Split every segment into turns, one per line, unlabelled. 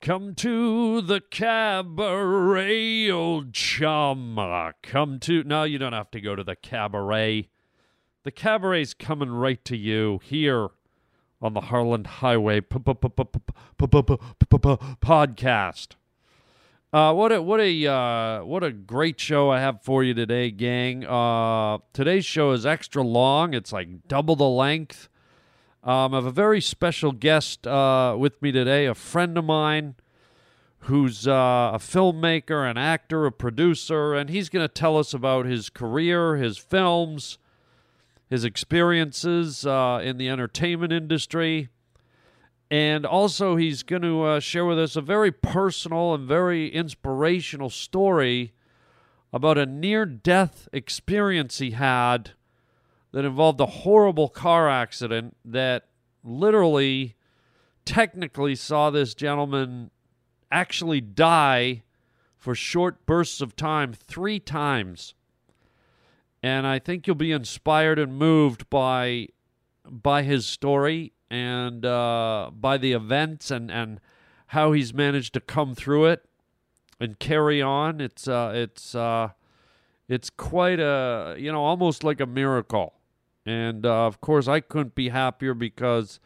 Come to the cabaret, old chum. Uh, Come to. No, you don't have to go to the cabaret. The cabaret's coming right to you here on the Harland Highway p- p- p- p- p- p- p- p- p- p- podcast. Uh, what a what a uh, what a great show I have for you today, gang. Uh, today's show is extra long. It's like double the length. Um, I have a very special guest uh, with me today, a friend of mine who's uh, a filmmaker, an actor, a producer, and he's going to tell us about his career, his films, his experiences uh, in the entertainment industry. And also, he's going to uh, share with us a very personal and very inspirational story about a near death experience he had that involved a horrible car accident that literally, technically, saw this gentleman actually die for short bursts of time three times. And I think you'll be inspired and moved by by his story and uh, by the events and, and how he's managed to come through it and carry on. It's uh, it's uh, it's quite a you know almost like a miracle. And uh, of course, I couldn't be happier because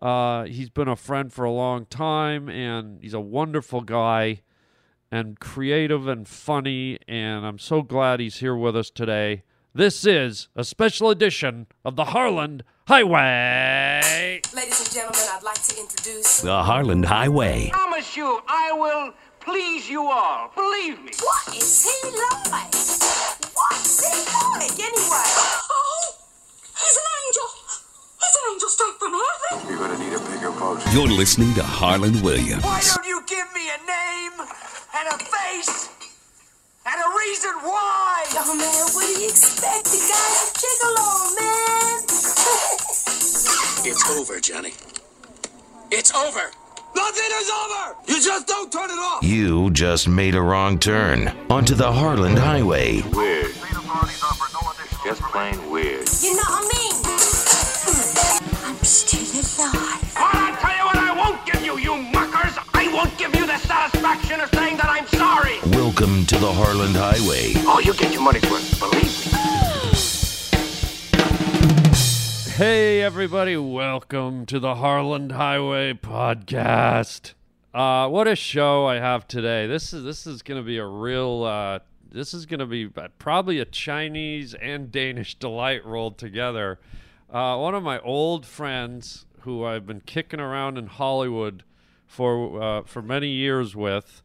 uh, he's been a friend for a long time, and he's a wonderful guy, and creative and funny. And I'm so glad he's here with us today. This is a special edition of the Harland Highway.
Ladies and gentlemen, I'd like to introduce.
The Harland Highway.
promise you I will please you all. Believe me.
What is he like? What's he like anyway? Oh, he's an angel. He's an angel straight from heaven.
You're gonna need a bigger boat.
You're listening to Harlan Williams.
Why don't you give me a name and a face and a reason why?
Oh man, what do you expect? The guy's a gigolo, man.
It's over, Johnny. It's over.
Nothing is over. You just don't turn it off.
You just made a wrong turn onto the Harland Highway.
Weird. Just plain weird.
you know what I mean? I'm still alive.
Well, I tell you what I won't give you, you muckers. I won't give you the satisfaction of saying that I'm sorry.
Welcome to the Harland Highway.
Oh, you get your money's worth. Believe me.
Hey, everybody, welcome to the Harland Highway Podcast. Uh, what a show I have today. This is this is going to be a real. Uh, this is going to be uh, probably a Chinese and Danish delight rolled together. Uh, one of my old friends, who I've been kicking around in Hollywood for uh, for many years with,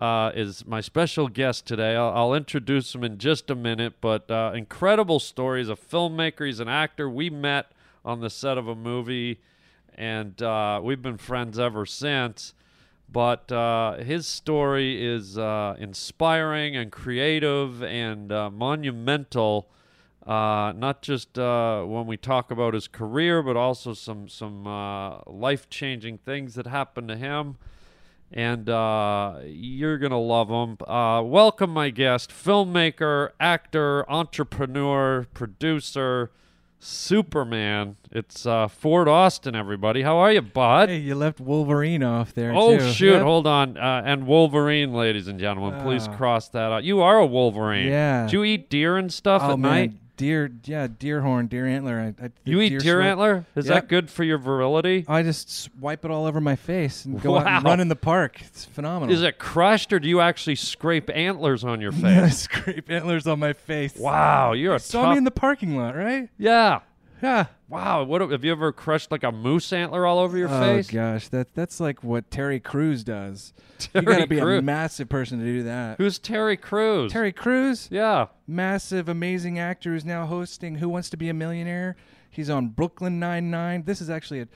uh, is my special guest today. I'll, I'll introduce him in just a minute, but uh, incredible story. He's a filmmaker, he's an actor. We met on the set of a movie, and uh, we've been friends ever since. But uh, his story is uh, inspiring and creative and uh, monumental. Uh, not just uh, when we talk about his career, but also some some uh, life changing things that happened to him and uh, you're gonna love him. Uh, welcome my guest, filmmaker, actor, entrepreneur, producer, Superman. It's uh, Ford Austin. Everybody, how are you, bud?
Hey, you left Wolverine off there.
oh
too.
shoot!
Yep.
Hold on. Uh, and Wolverine, ladies and gentlemen, please cross that out. You are a Wolverine.
Ah. Yeah.
Do you eat deer and stuff
oh
at
man,
night?
deer, yeah, deer horn, deer antler. I, I, the
You eat deer,
sweat-
antler? Is that
Yep. Oh.
good for your virility?
I just s- wipe it all over my face and go out and
Wow.
run in the park. It's phenomenal.
Is it crushed or do you actually scrape antlers on your
I
face?
scrape antlers on my face.
wow, you're a
Saw
tough.
me in the parking lot, right?
yeah.
Yeah.
Wow, what have you ever crushed like a moose antler all over your
Oh
face?
gosh, that that's like what Terry Crews does.
Terry
you gotta be
Crews.
a massive person to do that.
Who's Terry Crews?
Terry Crews,
Yeah.
massive, amazing actor who's now hosting Who Wants to Be a Millionaire. He's on Brooklyn Nine Nine. This is actually a,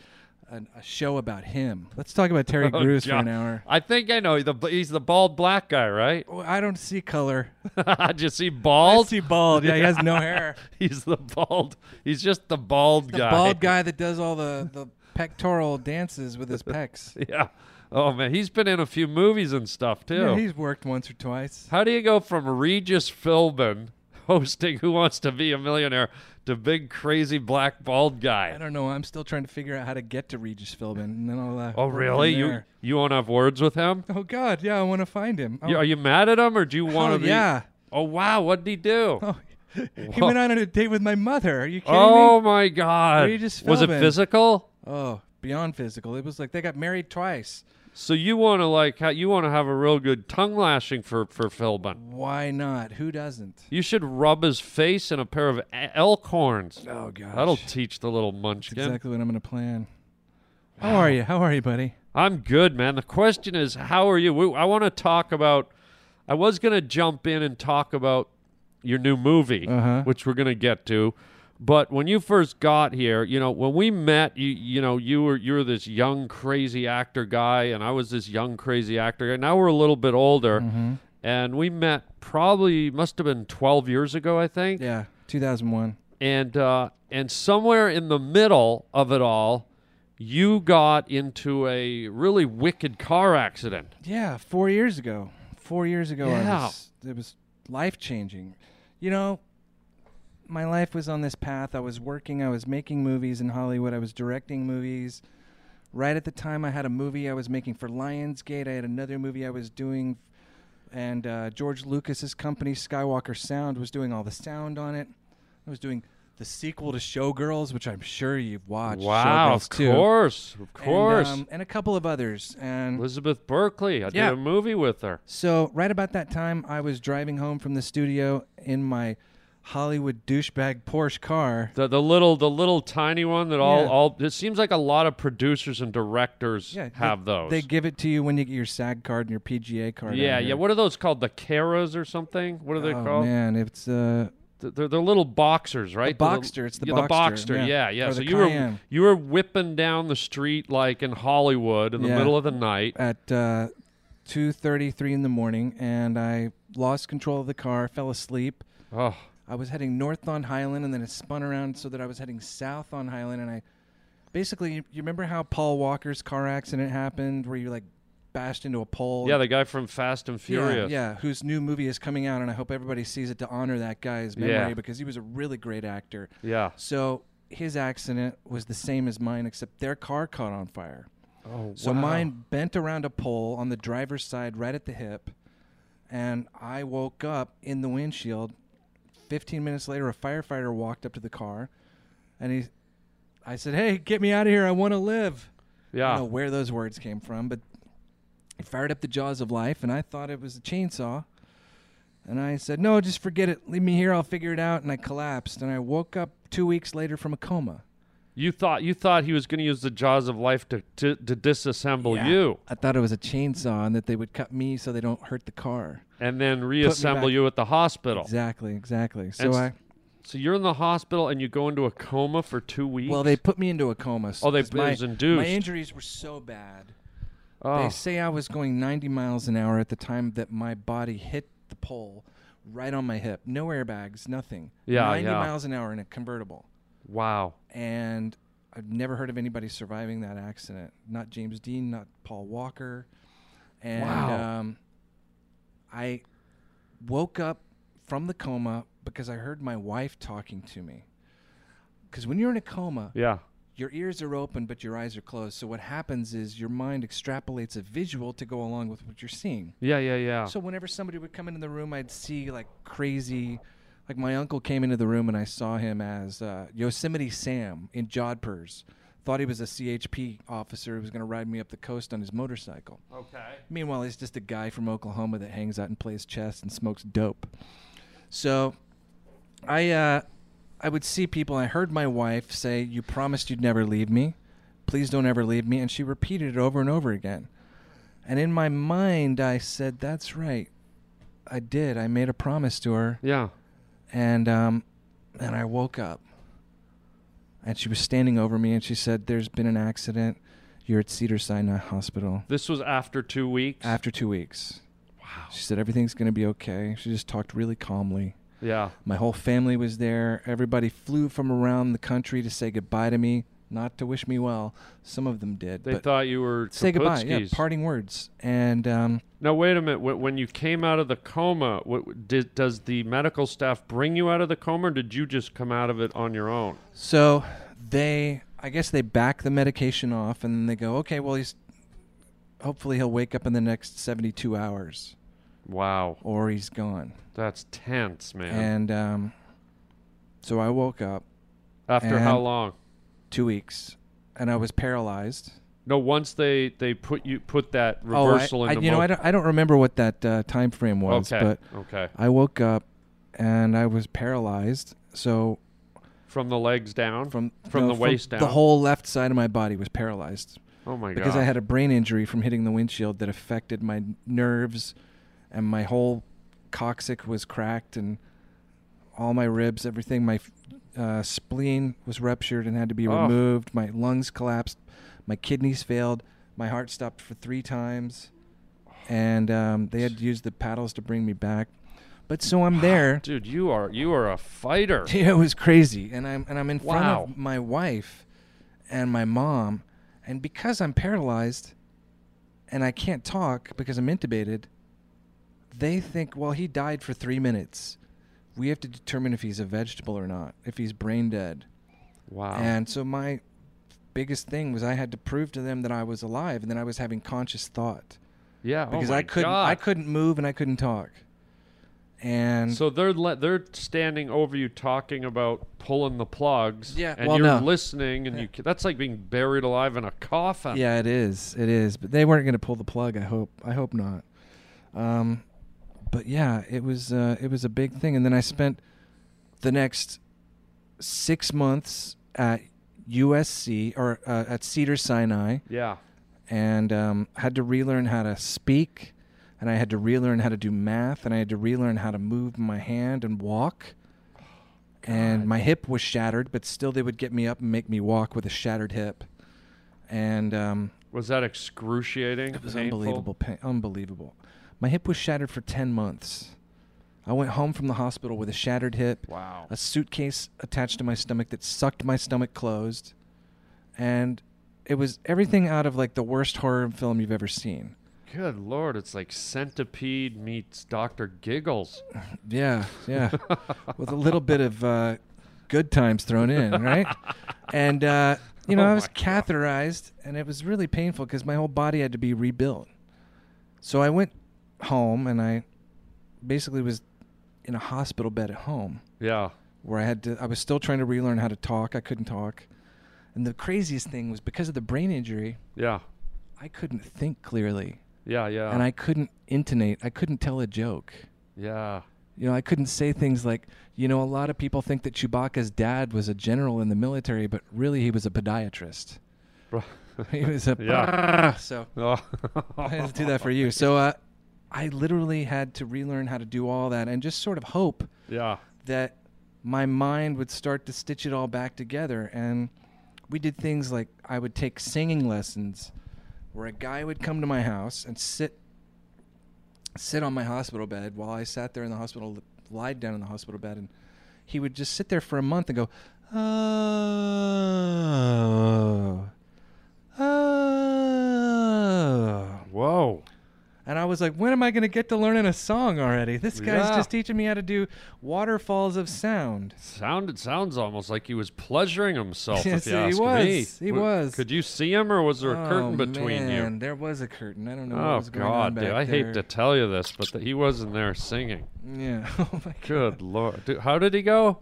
a, a show about him. Let's talk about Terry
Oh,
Crews for
God.
an hour.
I think I know. The, he's the bald black guy, right?
Oh, I don't see color.
Did you see
I
bald?
see bald. Yeah, he has no hair.
he's the bald. He's just the bald
The
guy.
bald guy that does all the, the pectoral dances with his pecs.
Yeah. Oh, man. He's been in a few movies and stuff, too.
Yeah, he's worked once or twice.
How do you go from Regis Philbin, hosting Who Wants to Be a Millionaire to big crazy black bald
I
guy.
don't know. I'm still trying to figure out how to get to Regis Philbin, and then I'll. Uh,
Oh,
go from
really? You
there.
you want to have words with him?
Oh God, yeah. I want to find him. Oh,
You- Are you mad at him, or do you want
oh,
to be?
yeah.
Oh wow, what did he do?
Oh, he went on a date with my mother. Are you kidding
Oh
me?
my God!
Regis
Was it
Philbin.
physical?
Oh, beyond physical. It was like they got married twice.
So you want to like ha- you want to have a real good tongue lashing for for Philbin.
Why not? Who doesn't?
You should rub his face in a pair of a- elk horns.
Oh gosh.
That'll teach the little munchkin.
That's exactly what I'm gonna plan. How are you? How are you, buddy?
I'm good, man. The question is, how are you? We, I want to talk about. I was gonna jump in and talk about your new movie,
Uh-huh.
which we're gonna get to. But when you first got here, you know, when we met, you you know, you were you were this young crazy actor guy, and I was this young crazy actor guy. Now we're a little bit older,
Mm-hmm.
and we met probably must have been 12 years ago, I think
Yeah, 2001.
and uh, and somewhere in the middle of it all, you got into a really wicked car accident.
Yeah, four years ago. Four years ago,
Yeah.
I was, it was life changing. You know, my life was on this path. I was working, I was making movies in Hollywood, I was directing movies. Right at the time, I had a movie I was making for Lionsgate, I had another movie I was doing, and uh, George Lucas's company, Skywalker Sound, was doing all the sound on it. I was doing the sequel to Showgirls, which I'm sure you've watched. Showgirls
of
2,
course, of
and,
course.
um, and a couple of others. And
Elizabeth Berkley, I
Yeah.
did a movie with her.
so right about that time, I was driving home from the studio in my Hollywood douchebag Porsche car.
The, the little the little tiny one that all
Yeah.
all it seems like a lot of producers and directors
Yeah, they-
have those.
They give it to you when you get your SAG card and your PGA card.
yeah,
out here.
yeah. What are those called? The Caras or something? What are they
oh
called?
man, it's uh,
Th- They're, they're little boxers, right? The
Boxster,
little-
it's the
yeah,
Boxster,
Boxster,
yeah.
yeah, yeah.
Or
So
the
you were
Cayenne.
you were whipping down the street like in Hollywood in the
Yeah.
middle of the night.
at uh, two thirty three in the morning, and I lost control of the car, fell asleep.
Oh,
I was heading north on Highland, and then it spun around so that I was heading south on Highland, and I basically you, you remember how Paul Walker's car accident happened, where you like bashed into a pole.
yeah,
and
the guy from Fast and
Yeah,
Furious.
Yeah, whose new movie is coming out, and I hope everybody sees it to honor that guy's memory
Yeah.
because he was a really great actor.
Yeah.
So his accident was the same as mine, except their car caught on fire.
Oh,
So
wow.
mine bent around a pole on the driver's side, right at the hip, and I woke up in the windshield. Fifteen minutes later, a firefighter walked up to the car, and he, I said, "Hey, get me out of here! I want to live." I
Yeah.
don't know where those words came from, but it fired up the jaws of life, and I thought it was a chainsaw. And I said, No, just forget it. Leave me here. I'll figure it out. And I collapsed. And I woke up two weeks later from a coma.
You thought you thought he was going to use the jaws of life to to, to disassemble you
I thought it was a chainsaw and that they would cut me so they don't hurt the car.
and then reassemble
back.
you at the hospital.
Exactly, exactly. So
And
I.
s- So you're in the hospital and you go into a coma for two weeks.
Well, they put me into a coma. So
Oh, they-
'cause
it
my,
was induced.
My injuries were so bad.
oh,
They say I was going 90 miles an hour at the time that my body hit the pole right on my hip. No airbags, nothing.
Yeah,
90
yeah.
miles an hour in a convertible.
wow.
And I've never heard of anybody surviving that accident. Not James Dean, not Paul Walker. And
Wow.
um, I woke up from the coma because I heard my wife talking to me. Because when you're in a coma,
Yeah.
your ears are open but your eyes are closed so what happens is your mind extrapolates a visual to go along with what you're seeing
Yeah. Yeah. Yeah.
so whenever somebody would come into the room i'd see like crazy like my uncle came into the room and i saw him as uh, yosemite sam in jodhpurs thought he was a chp officer who was going to ride me up the coast on his motorcycle
okay.
Meanwhile, he's just a guy from Oklahoma that hangs out and plays chess and smokes dope. So, I uh, I would see people. I heard my wife say, "You promised you'd never leave me. Please don't ever leave me." And she repeated it over and over again. And in my mind, I said, "That's right. I did. I made a promise to her."
Yeah.
And um, and I woke up. And she was standing over me, and she said, "There's been an accident. You're at Cedar Sinai Hospital."
This was after two weeks.
After two weeks. Wow. She said everything's going to be okay. She just talked really calmly.
yeah.
My whole family was there. Everybody flew from around the country to say goodbye to me. not to wish me well. Some of them did.
They
but
thought you were
say goodbye. Yeah,
Kaputskis.
parting words. And um,
Now wait a minute. Wh- When you came out of the coma, what, did, does the medical staff bring you out of the coma, or did you just come out of it on your own?
so they, I guess they back the medication off, and they go, okay, well he's, hopefully he'll wake up in the next 72 hours,
Wow,
or he's gone.
that's tense, man.
And um, so I woke up
After how
and-
long?
two weeks, and I was paralyzed.
No, once they they put you put that
Oh, I-
reversal
I,
in the
you know, I
mo-
don't, I don't remember what that uh, time frame was,
okay,
but
okay,
I woke up and I was paralyzed. So
from the legs down,
from
from
no,
the waist down.
the whole left side of my body was paralyzed
oh my
because
god,
I had a brain injury from hitting the windshield that affected my nerves, and my whole coccyx was cracked, and all my ribs, everything, my uh, spleen was ruptured and had to be
Oh.
removed. My lungs collapsed, my kidneys failed, my heart stopped for three times, and um, they had to use the paddles to bring me back. But so I'm there.
dude, you are you are a fighter.
Yeah, it was crazy. And I'm and I'm in front
Wow.
of my wife and my mom, and because I'm paralyzed and I can't talk because I'm intubated, they think, well, he died for three minutes. We have to determine if he's a vegetable or not, if he's brain dead.
Wow,
And so my biggest thing was I had to prove to them that I was alive and that I was having conscious thought
yeah, oh
because
my
I couldn't
God.
I couldn't move and I couldn't talk. And
So they're le- they're standing over you talking about pulling the plugs.
Yeah,
and
well,
you're
no.
listening, and you ca- that's like being buried alive in a coffin.
Uh, Yeah, it is. It is. But they weren't going to pull the plug. I hope. I hope not. Um, but yeah, it was. Uh, it was a big thing. And then I spent the next six months at USC or uh, at Cedar Sinai,
yeah.
and um, had to relearn how to speak, and I had to relearn how to do math, and I had to relearn how to move my hand and walk. And my hip was shattered, but still they would get me up and make me walk with a shattered hip. And um,
Was that excruciating?
it was
Painful?
unbelievable. Pain, unbelievable. My hip was shattered for 10 months. I went home from the hospital with a shattered hip,
Wow.
a suitcase attached to my stomach that sucked my stomach closed. And it was everything out of like the worst horror film you've ever seen.
Good lord, it's like centipede meets Doctor Giggles.
Yeah, yeah. With a little bit of uh, good times thrown in, right? And, uh, you know,
Oh
I was
my
catheterized and it was really painful because my whole body had to be rebuilt. So I went home and I basically was in a hospital bed at home
Yeah.
where I had to, I was still trying to relearn how to talk. I couldn't talk. And the craziest thing was because of the brain injury,
Yeah.
I couldn't think clearly
Yeah. Yeah.
and I couldn't intonate. I couldn't tell a joke.
yeah.
You know, I couldn't say things like, you know, a lot of people think that Chewbacca's dad was a general in the military, but really he was a podiatrist.
Bro-
He was a
Yeah.
so
Oh.
I had to do that for you. So uh, I literally had to relearn how to do all that and just sort of hope
yeah.
that my mind would start to stitch it all back together. And we did things like I would take singing lessons where a guy would come to my house and sit sit on my hospital bed while I sat there in the hospital, lied down in the hospital bed, and he would just sit there for a month and go, oh, oh.
Whoa.
And I was like, when am I going to get to learning a song already? This guy's
Yeah.
just teaching me how to do waterfalls of sound.
Sounded sounds almost like he was pleasuring himself.
Yes,
if you
he
ask
was.
me,
He
W-
was.
Could you see him, or was there a curtain between you?
Oh, man, There was a curtain. I don't know what
Oh
was going on
God,
back
dude! I hate to
there.
tell you this, but th- he wasn't there singing.
Yeah. Oh my god.
Good lord, dude, how did he go?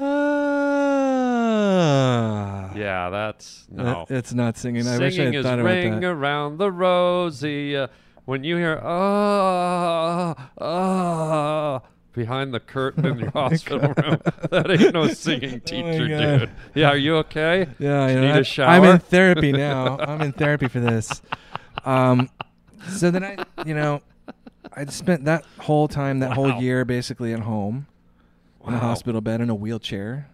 Ah.
Yeah, that's no.
That- It's not singing. Uh, I wish I
singing
had
is
thought
ring
about that.
around the rosy. Uh, when you hear ah ah behind the curtain in your hospital
Oh
room, that ain't no singing teacher,
God.
dude. Yeah, are you okay?
Yeah,
Do
you
you
know,
need
I-
a shower.
I'm in therapy now. I'm in therapy for this. Um, so then I, you know, I spent that whole time, that whole year, basically at home, in a hospital bed, in a wheelchair,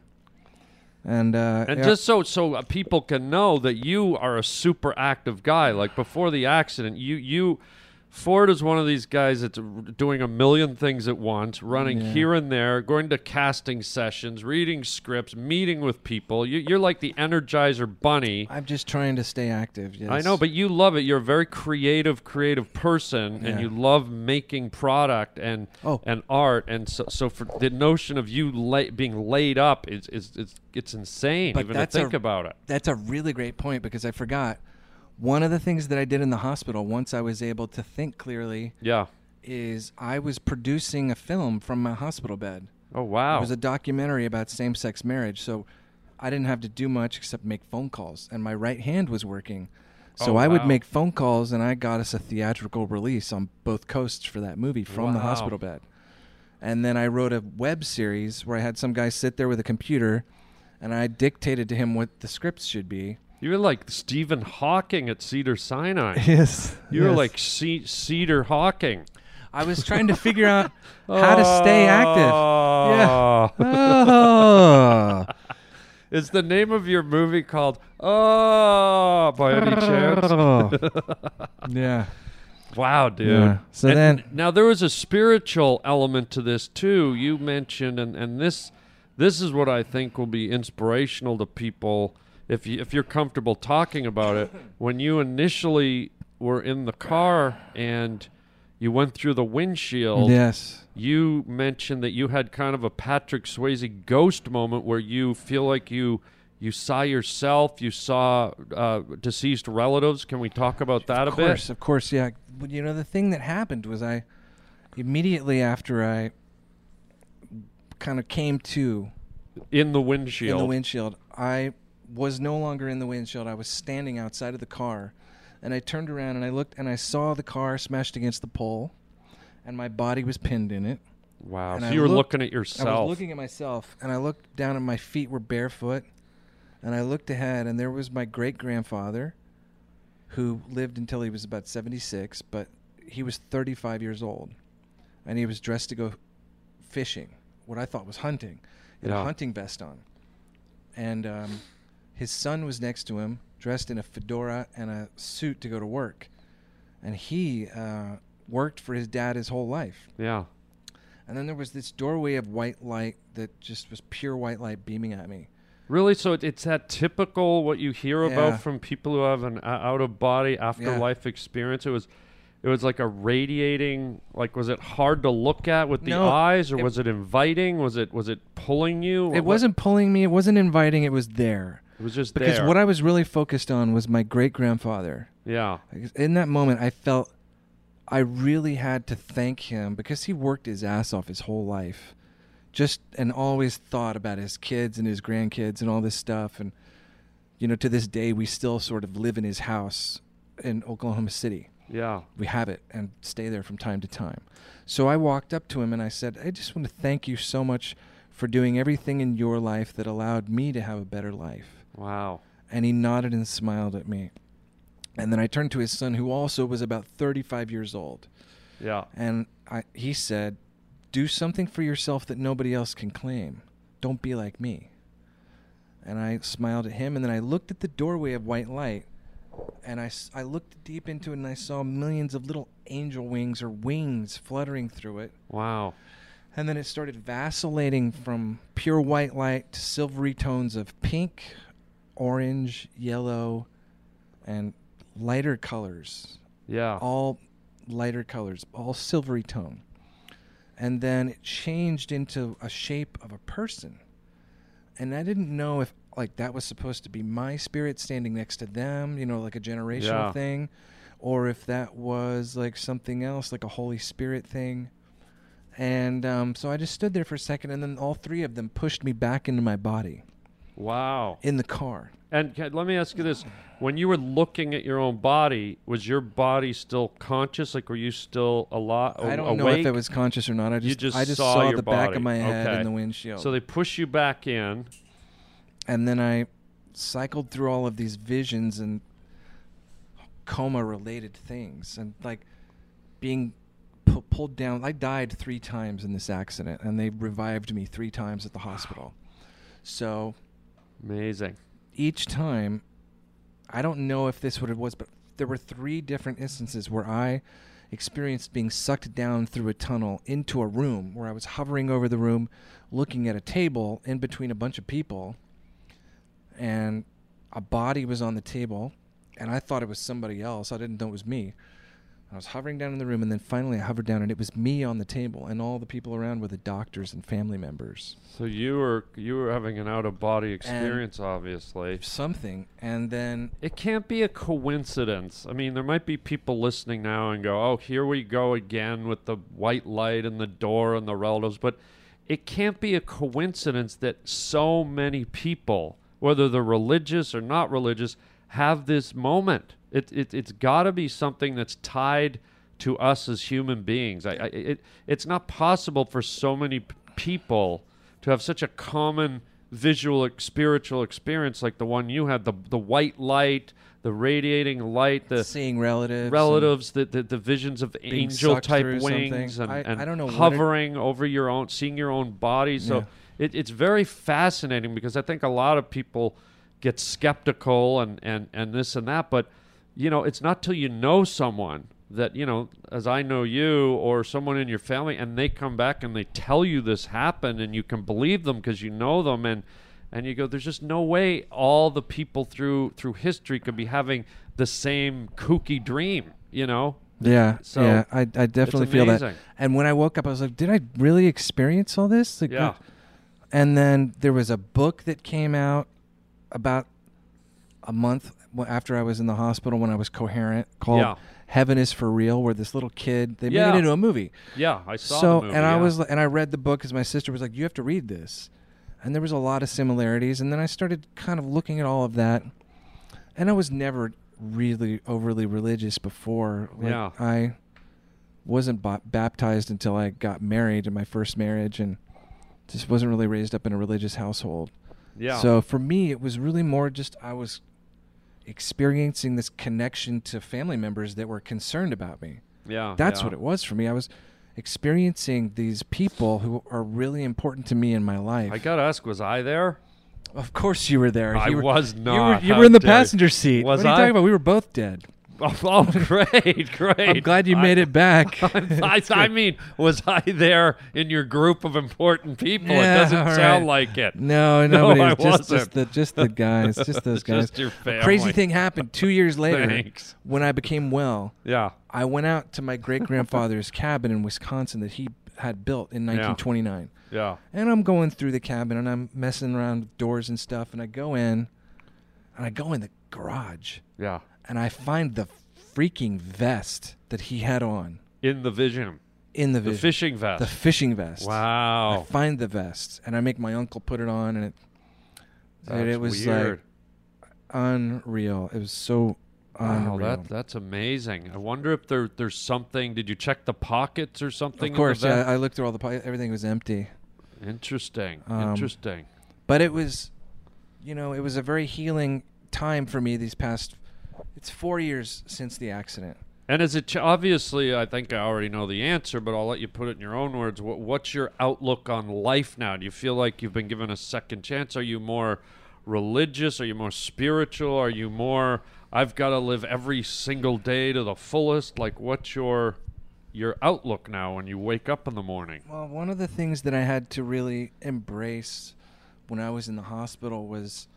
and uh,
And
yeah,
just so so uh, people can know that you are a super active guy. Like before the accident, you you Ford is one of these guys that's doing a million things at once, running
Yeah.
here and there, going to casting sessions, reading scripts, meeting with people. You, you're like the Energizer Bunny.
I'm just trying to stay active. Yes.
I know, but you love it. You're a very creative, creative person, and
Yeah.
you love making product and
Oh.
and art. And so, so for the notion of you la- being laid up is is it's, it's insane.
But
even
that's
to
a-
think about it.
That's a really great point because I forgot. One of the things that I did in the hospital once I was able to think clearly
Yeah.
is I was producing a film from my hospital bed.
Oh wow.
It was a documentary about same sex marriage. So I didn't have to do much except make phone calls, and my right hand was working. So
Oh,
I would
wow.
make phone calls, and I got us a theatrical release on both coasts for that movie from the
Wow.
hospital bed. And then I wrote a web series where I had some guy sit there with a computer, and I dictated to him what the scripts should be.
you were like Stephen Hawking at Cedar Sinai.
Yes,
You were like Ce- Cedar Hawking.
I was trying to figure out how to stay active.
Oh.
Oh.
Is the name of your movie called Oh by any chance?
Oh. yeah.
Wow, dude.
Yeah. So
And
then-
now there was a spiritual element to this too. You mentioned and, and this this is what I think will be inspirational to people if you if you're comfortable talking about it. When you initially were in the car and you went through the windshield,
Yes.
you mentioned that you had kind of a Patrick Swayze ghost moment where you feel like you you saw yourself, you saw uh, deceased relatives. Can we talk about that a
Of course,
bit?
of course, yeah. But you know, the thing that happened was I immediately after I kind of came to
In the windshield.
in the windshield, I was no longer in the windshield. I was standing outside of the car, and I turned around and I looked and I saw the car smashed against the pole, and my body was pinned in it.
Wow.
And
so
I
you were
looked-
looking at
I was
yourself.
looking at myself, and I looked down, and my feet were barefoot. And I looked ahead, and there was my great grandfather, who lived until he was about 76, but he was 35 years old, and he was dressed to go fishing, what I thought was hunting. He had
Yeah.
a hunting vest on, and um, his son was next to him, dressed in a fedora and a suit to go to work, and he uh, worked for his dad his whole life.
yeah.
And then there was this doorway of white light that just was pure white light beaming at me.
Really? So it, it's that typical what you hear
Yeah.
about from people who have an out of body afterlife experience. It was. It was like a radiating, like was it hard to look at with the
No,
eyes, or
it-
was it inviting? Was it was it pulling you?
It
What-
wasn't pulling me, it wasn't inviting, it was there.
It was just
Because
there.
what I was really focused on was my great grandfather.
yeah,
In that moment, I felt I really had to thank him because he worked his ass off his whole life, just and always thought about his kids and his grandkids and all this stuff. And, you know, to this day, we still sort of live in his house in Oklahoma City.
yeah.
we have it and stay there from time to time. So I walked up to him and I said, I just want to thank you so much for doing everything in your life that allowed me to have a better life.
Wow.
And he nodded and smiled at me. And then I turned to his son, who also was about 35 years old.
Yeah.
And I, he said, Do something for yourself that nobody else can claim. Don't be like me. And I smiled at him, and then I looked at the doorway of white light, and I, s- I looked deep into it, and I saw millions of little angel wings or wings fluttering through it.
Wow.
And then it started vacillating from pure white light to silvery tones of pink, orange, yellow, and lighter colors
Yeah.
all lighter colors, all silvery tone. And then it changed into a shape of a person. And I didn't know if like that was supposed to be my spirit standing next to them, you know, like a generational
Yeah.
thing, or if that was like something else, like a Holy Spirit thing. And um, so I just stood there for a second, and then all three of them pushed me back into my body
wow.
in the car.
And ca- let me ask you this: When you were looking at your own body, was your body still conscious? Like, were you still a lot?
I don't
awake?
know if I was conscious or not. I just,
You just,
I just
saw,
saw,
your
the
body.
back of my head
okay.
in the windshield.
So they push you back in.
and then I cycled through all of these visions and coma related things and like being pu- pulled down I died 3 times in this accident and they revived me 3 times at the hospital so
Amazing.
each time I don't know if this what it was but there were 3 different instances where I experienced being sucked down through a tunnel into a room where I was hovering over the room, looking at a table in between a bunch of people, and a body was on the table, and I thought it was somebody else. I didn't know it was me. I was hovering down in the room, and then finally I hovered down, and it was me on the table, and all the people around were the doctors and family members.
So you were you were having an out of body experience, obviously.
Something, and then
It can't be a coincidence. I mean, there might be people listening now and go, "Oh, here we go again with the white light and the door and the relatives," but it can't be a coincidence that so many people, whether they're religious or not religious, have this moment. It, it it's got to be something that's tied to us as human beings. I, I it it's not possible for so many p- people to have such a common visual ex- spiritual experience like the one you had the the white light the radiating light the
seeing relatives. and-
relatives the, the, the visions of angel
sucked through
type
something.
wings and,
I-
and
I don't know what it-
hovering over your own seeing your own body so it, it's very fascinating because i think a lot of people get skeptical and, and, and this and that but you know it's not till you know someone that you know as i know you or someone in your family and they come back and they tell you this happened and you can believe them because you know them and and you go there's just no way all the people through through history could be having the same kooky dream you know
Yeah.
So,
yeah, I, I definitely feel that.
amazing.
And when I woke up, I was like, did I really experience all this? Like,
yeah
And then there was a book that came out about a month wa- after I was in the hospital when I was coherent called
Yeah.
Heaven is for Real, where this little kid, they
Yeah.
made it into a movie.
yeah i saw
so
the movie,
and I
yeah.
was li- and I read the book because my sister was like, "You have to read this," and there was a lot of similarities. And then I started kind of looking at all of that, and I was never really overly religious before. Like,
Yeah.
I wasn't ba- baptized until I got married in my first marriage, and just wasn't really raised up in a religious household.
yeah
So for me, it was really more just I was experiencing this connection to family members that were concerned about me.
yeah
That's
Oh, yeah.
what it was for me. I was experiencing these people who are really important to me in my life.
i gotta ask was i there
of course, you were there.
I
you were,
was
You were,
not.
you
How
were in the
dare you.
passenger seat.
Was
what are you
I?
talking about? We were both dead.
oh, oh, great great
I'm glad you
I-
made it back.
I, I mean, was I there in your group of important people?
Yeah,
it doesn't
all
sound
right.
like it.
No,
No,
nobody.
I
was just,
wasn't.
just the just the guys, just those guys.
Just your
A crazy
family.
thing happened two years later
Thanks.
when I became well.
Yeah.
I went out to my great grandfather's cabin in Wisconsin that he had built in 1929.
Yeah.
And I'm going through the cabin and I'm messing around with doors and stuff. And I go in and I go in the garage
Yeah.
and I find the freaking vest that he had on
In the vision.
in the
The
vision.
fishing vest.
The fishing vest. I
wow.
find the vest and I make my uncle put it on and it, and
That's
it was
weird.
like unreal. It was so
Wow,
unreal.
that that's amazing. I wonder if there there's something. Did you check the pockets or something? in
of
the
course, yeah,
vest?
I looked through all the, po- everything was empty.
Interesting.
Um,
Interesting.
but it was you know it was a very healing time for me these past it's four years since the accident
And as a ch- obviously, I think I already know the answer, but I'll let you put it in your own words. What, what's your outlook on life now? Do you feel like you've been given a second chance? Are you more religious? Are you more spiritual? Are you more I've got to live every single day to the fullest? Like, what's your your outlook now when you wake up in the morning?
well Uh, one of the things that i had to really embrace when i was in the hospital was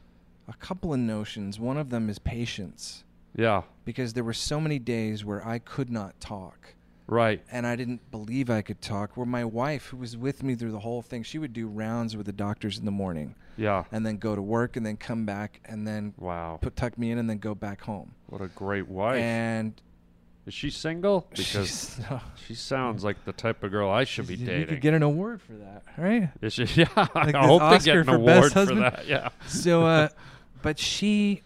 a couple of notions one of them is patience
Yeah,
because there were so many days where i could not talk
right.
and i didn't believe i could talk where my wife who was with me through the whole thing she would do rounds with the doctors in the morning
Yeah.
and then go to work and then come back and then
Wow.
put tuck me in and then go back home
What a great wife.
and
Is she single? Because
She's- no.
she sounds like the type of girl I should be
you
dating.
could get an award for that, right?
Is she- yeah,
Like
I
this
hope they
Oscar
get an
for
award
best
for
husband?
that. Yeah.
So, uh, but she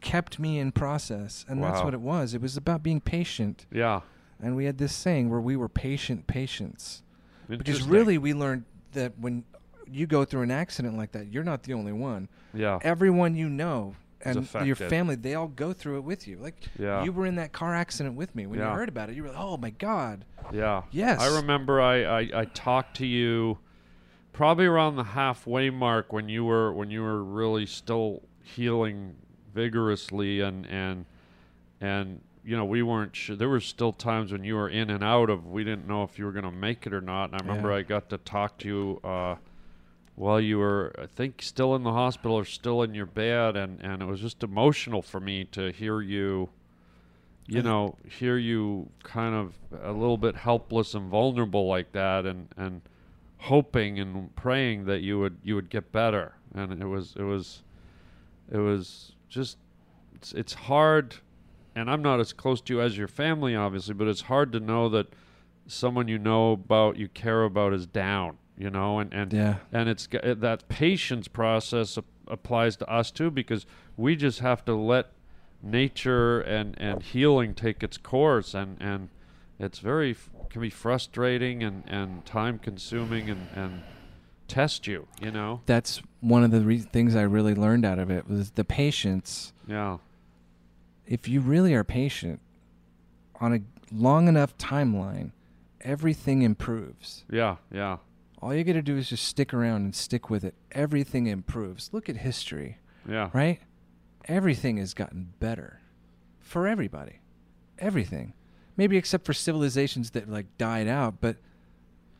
kept me in process, and that's
Wow.
what it was. It was about being patient,
Yeah.
and we had this saying where we were patient patients, because
Interesting.
really we learned that when you go through an accident like that, you're not the only one.
yeah,
Everyone you know and your
affected.
family, they all go through it with you. Like
Yeah.
you were in that car accident with me. When you
Yeah.
heard about it, you were like, "Oh my god!"
yeah.
Yes.
I remember I, I, I talked to you probably around the halfway mark when you were when you were really still healing vigorously and and and you know, we weren't sure. There were still times when you were in and out of, we didn't know if you were going to make it or not. And I remember
Yeah.
I got to talk to you uh, while you were, I think, still in the hospital or still in your bed. And, and it was just emotional for me to hear you, you know, hear you kind of a little bit helpless and vulnerable like that. And, and, hoping and praying that you would you would get better and it was it was it was just it's, it's hard and i'm not as close to you as your family obviously but it's hard to know that someone you know about you care about is down you know and and
Yeah.
and it's g- it, that patience process ap- applies to us too because we just have to let nature and and healing take its course and and it's very f- can be frustrating and and time consuming and and test you you know
That's one of the re- things I really learned out of it was the patience.
yeah
If you really are patient on a long enough timeline, everything improves.
yeah yeah
All you got to do is just stick around and stick with it. Everything improves. Look at history,
yeah
right? Everything has gotten better for everybody. Everything. Maybe except for civilizations that like died out, but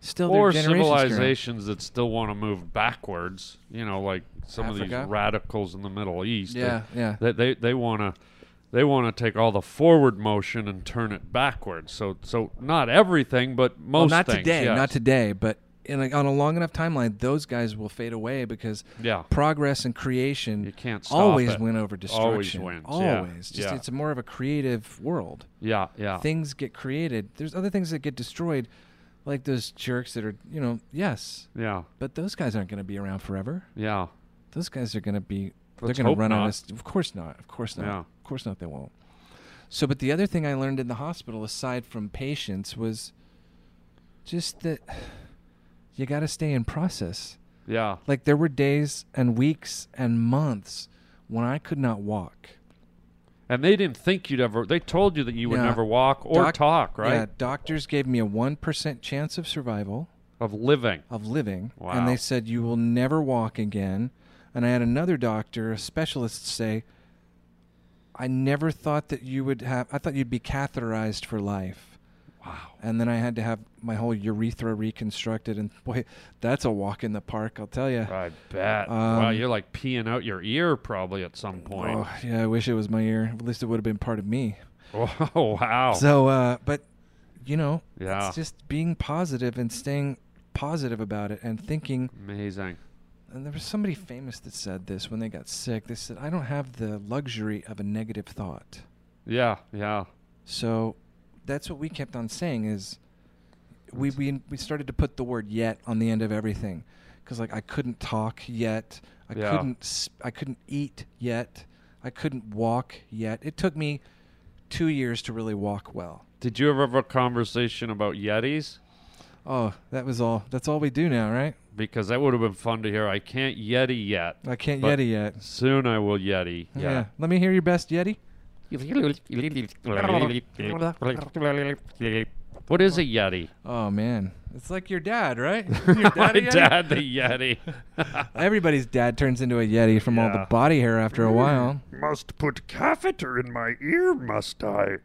still
or
their generations carry on.
civilizations that still want to move backwards. You know, like some of
Africa?
these radicals in the Middle East.
Yeah,
They-
yeah.
They they, they want to they want to take all the forward motion and turn it backwards. So so not everything, but most
Well, not
things.
today,
yes.
not today, but in a, on a long enough timeline, those guys will fade away because
Yeah.
progress and creation
You can't stop
always
it.
win over destruction.
Always wins, yeah,
Always. Just
yeah.
it's a more of a creative world.
Yeah, yeah.
Things get created. There's other things that get destroyed, like those jerks that are, you know, yes,
yeah.
but those guys aren't going to be around forever.
Yeah.
Those guys are going to be.
Let's
they're going
hope
to run on
not.
us. Of course not. Of course not.
Yeah.
Of course not. They won't. So, but the other thing I learned in the hospital, aside from patience, was just that you got to stay in process.
Yeah.
Like there were days and weeks and months when I could not walk.
And they didn't think you'd ever they told you that you would
Yeah.
never walk or
Doc-
talk,
Yeah,
right?
doctors gave me a one percent chance of survival.
Of living.
of living.
Wow.
And they said, You will never walk again. And I had another doctor, a specialist, say, I never thought that you would have, I thought you'd be catheterized for life. Wow. And then I had to have my whole urethra reconstructed. And boy, that's a walk in the park, I'll tell you.
I bet. wow,
Um,
you're like peeing out your ear probably at some point.
Oh, yeah, I wish it was my ear. At least it would have been part of me.
Oh, wow.
So, uh, but you know,
Yeah.
it's just being positive and staying positive about it and thinking
Amazing.
And there was somebody famous that said this when they got sick. They said, I don't have the luxury of a negative thought.
Yeah, yeah.
So that's what we kept on saying is we, we, we started to put the word yet on the end of everything. Because like I couldn't talk yet. I
Yeah.
couldn't s- I couldn't eat yet. I couldn't walk yet. It took me two years to really walk well.
Did you ever have a conversation about Yetis?
Oh, that was all. That's all we do now, right?
Because that would have been fun to hear. I can't Yeti yet.
I can't
But-
Yeti yet.
Soon I will Yeti. Yeah.
Let me hear your best Yeti.
What is a Yeti?
Oh man, it's like your dad, right? Oh, Your dad,
My
a Yeti?
dad, the Yeti.
Everybody's dad turns into a yeti from all
Yeah.
the body hair after a while.
Must put catheter in my ear, must I?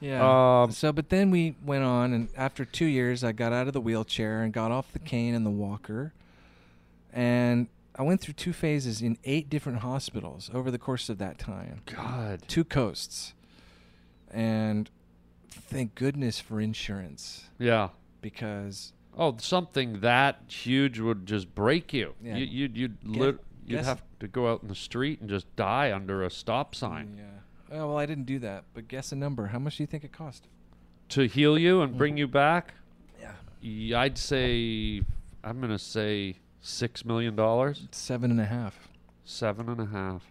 Yeah.
Um,
so, but then we went on, and after two years, I got out of the wheelchair and got off the cane and the walker, and I went through two phases in eight different hospitals over the course of that time.
God.
Two coasts, and thank goodness for insurance
Yeah.
because
Oh, something that huge would just break you.
Yeah.
You, you'd you'd, lit- you'd
guess-
have to go out in the street and just die under a stop sign
yeah. Oh, well, I didn't do that, but guess a number. How much do you think it cost?
to heal you and bring you back.
Mm-hmm. Yeah.
y- I'd say I'm gonna say six million dollars,
Seven and a half.
seven and a half.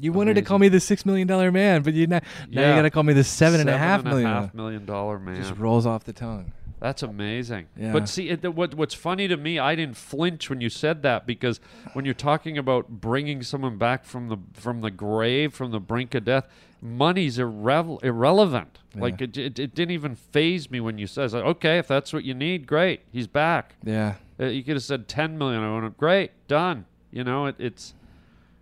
You wanted to call me the six million dollar man, but you now, now
Yeah.
you gotta call me the seven and a
Seven
half
and a
million.
half million dollar man.
Just rolls off the tongue.
That's amazing.
Yeah.
But see, it, what what's funny to me, I didn't flinch when you said that because when you're talking about bringing someone back from the from the grave, from the brink of death, money's irrevel- irrelevant. Like it, it, it didn't even phase me when you said, it's like, "Okay, if that's what you need, great, he's back."
Yeah.
Uh, you could have said ten million. I want to. Great, done. You know, it, it's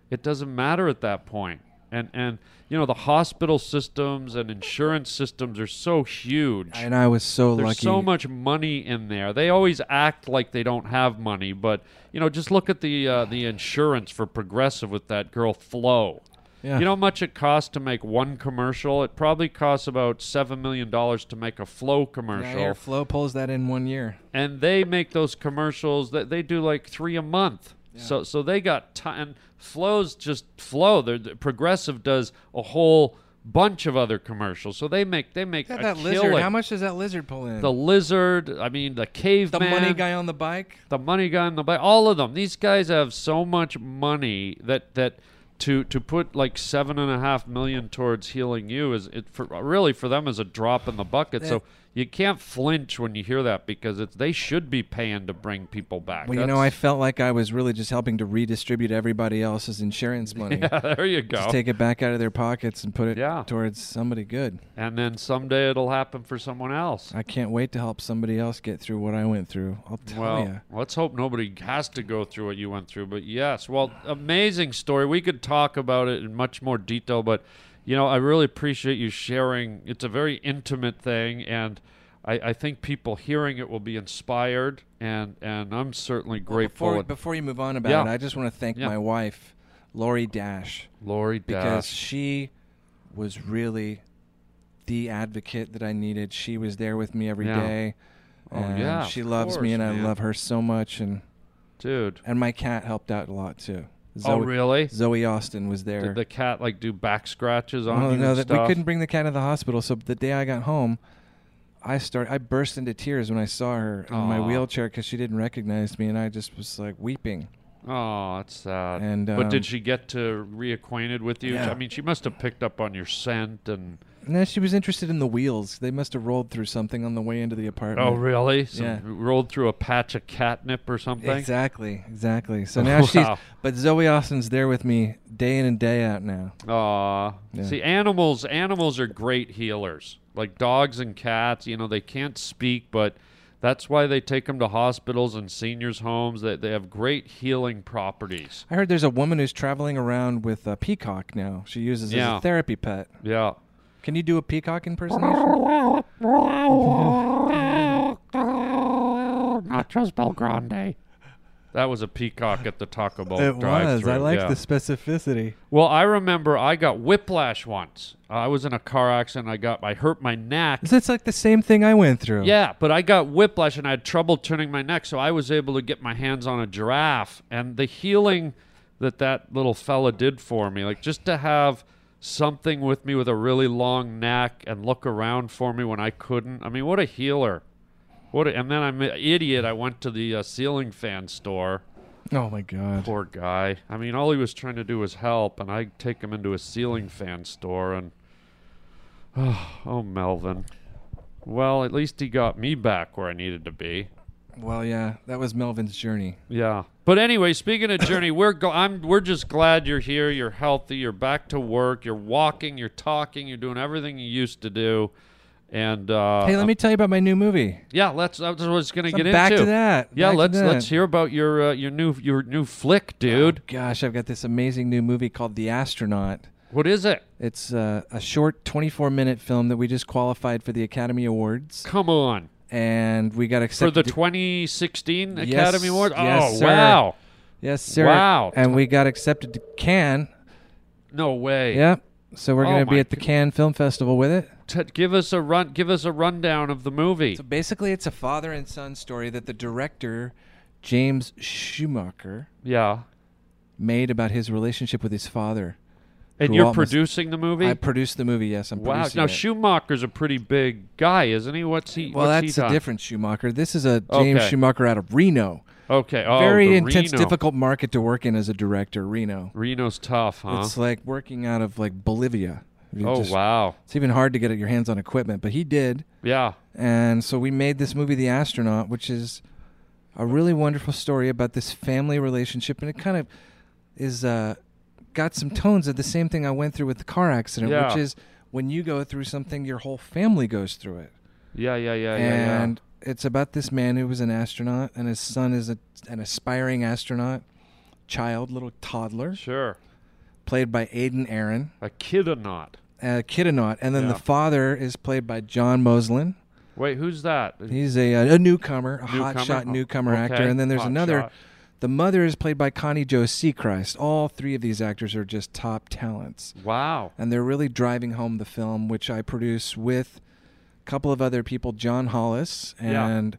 it doesn't matter at that point. and and you know the hospital systems and insurance systems are so huge.
And I was so
There's
lucky.
so much money in there. They always act like they don't have money, but you know, just look at the uh, the insurance for Progressive with that girl Flo.
Yeah.
You know how much it costs to make one commercial? It probably costs about seven million dollars to make a Flo
Yeah,
commercial,
Airflow pulls that in one year.
and they make those commercials that they do like three a month. So so they got ti and Flo's just Flo. They're, the- Progressive does a whole bunch of other commercials, so they make they make
Yeah,
a
that lizard.
killing.
How much does that lizard pull in?
The lizard, I mean, the
the
caveman,
money guy on the bike.
the money guy, and the ba- all of them. These guys have so much money that that to to put like seven and a half million towards healing you is it for, really for them is a drop in the bucket. so you can't flinch when you hear that because it's they should be paying to bring people back.
Well, you know, I
That's-
felt like I was really just helping to redistribute everybody else's insurance money.
there you go.
Just take it back out of their pockets and put it
Yeah.
towards somebody good.
and then someday it'll happen for someone else.
I can't wait to help somebody else get through what I went through. I'll tell
Well,
you.
let's hope nobody has to go through what you went through. But yes, well, amazing story. We could talk about it in much more detail, but you know, I really appreciate you sharing. It's a very intimate thing, and I, I think people hearing it will be inspired. And and I'm certainly grateful.
Before,
and-
before you move on about
Yeah.
it, I just want to thank
Yeah.
my wife, Lori Dash,
Lori
because
Dash.
she was really the advocate that I needed. She was there with me every day.
Yeah. Oh,
and
yeah,
She
of
loves me,
course,
and
man.
I love her so much. And
dude.
and my cat helped out a lot too.
oh really?
Zoe Austin was there.
Did the cat like do back scratches on
Well,
you
no,
and
that we
stuff?
couldn't bring the cat to the hospital. So the day I got home, I start I burst into tears when I saw her in my
Aw.
wheelchair because she didn't recognize me, and I just was like weeping.
Oh, that's sad.
And,
but
um,
did she get to reacquainted with you?
Yeah.
I mean, she must have picked up on your scent and.
And then she was interested in the wheels. They must have rolled through something on the way into the apartment.
Oh, really? Some,
Yeah.
Rolled through a patch of catnip or something?
Exactly, exactly. So now she's,
Wow.
but Zoe Austin's there with me day in and day out now.
Aw. See, animals animals are great healers. Like dogs and cats, you know, they can't speak, but that's why they take them to hospitals and seniors' homes. They, they have great healing properties.
I heard there's a woman who's traveling around with a peacock now. She uses as
Yeah.
a therapy pet.
Yeah.
Can you do a peacock impersonation?
Nachos Belgrande. That was a peacock at the Taco Bell
it was.
drive-thru,
I like
yeah.
the specificity.
Well, I remember I got whiplash once. I was in a car accident. I got I hurt my neck.
It's like the same thing I went through.
Yeah, but I got whiplash and I had trouble turning my neck, so I was able to get my hands on a giraffe. And the healing that that little fella did for me, like just to have something with me with a really long neck and look around for me when I couldn't. I mean, what a healer! What? A, and then I'm an idiot. I went to the uh, ceiling fan store.
Oh my god.
Poor guy. I mean, all he was trying to do was help, and I take him into a ceiling fan store, and oh, Melvin. Well, at least he got me back where I needed to be.
Well, yeah, that was Melvin's journey.
Yeah. But anyway, speaking of journey, we're go- I'm we're just glad you're here. You're healthy. You're back to work. You're walking. You're talking. You're doing everything you used to do. And uh,
Hey, let me tell you about my new movie.
yeah, let's. That's what I was gonna
So
get
back
into.
to that,
Yeah,
back to
let's
that.
let's hear about your uh, your new your new flick, dude.
Gosh, I've got this amazing new movie called The Astronaut.
What is it?
It's uh, a short 24 minute film that we just qualified for the Academy Awards.
Come on.
And we got
for
accepted.
the 2016
Yes,
Academy Award.
yes,
oh
sir.
wow!
yes, sir.
Wow.
And we got accepted to Cannes.
No way.
Yep. So we're
Oh
going to
my
be at the Cannes Film Festival with it.
T- give us a run. Give us a rundown of the movie.
So basically, it's a father and son story that the director, James Schumacher,
yeah.
made about his relationship with his father.
And
who
you're
almost-
producing the movie.
I produced the movie. Yes, I'm
wow.
producing
Now
it.
Schumacher's a pretty big guy, isn't he? What's he?
well,
what's
that's
he
a
done?
different Schumacher. This is a James
Okay.
Schumacher out of Reno.
Okay. Oh,
Very
the
intense,
Reno.
difficult market to work in as a director. Reno.
Reno's tough, huh?
It's like working out of like Bolivia. You
oh
just-
wow.
It's even hard to get your hands on equipment, but he did.
Yeah.
And so we made this movie, The Astronaut, which is a really wonderful story about this family relationship, and it kind of is uh, got some tones of the same thing I went through with the car accident,
Yeah.
which is when you go through something, your whole family goes through it.
Yeah. Yeah. Yeah. yeah,
and it's about this man who was an astronaut, and his son is a, an aspiring astronaut, child, little toddler,
yeah. Sure.
played by Aiden Aaron,
A kid or not?
uh, Kiddanaut, and then the
Yeah.
father is played by John Moslin.
Wait, who's that?
He's a, uh, a newcomer, a
Newcomer?
hotshot
Oh,
newcomer
okay.
actor. And then there's
Hot
another.
shot.
The mother is played by Connie Joe Seacrest. All three of these actors are just top talents.
Wow.
And they're really driving home the film, which I produce with a couple of other people, John Hollis
Yeah.
and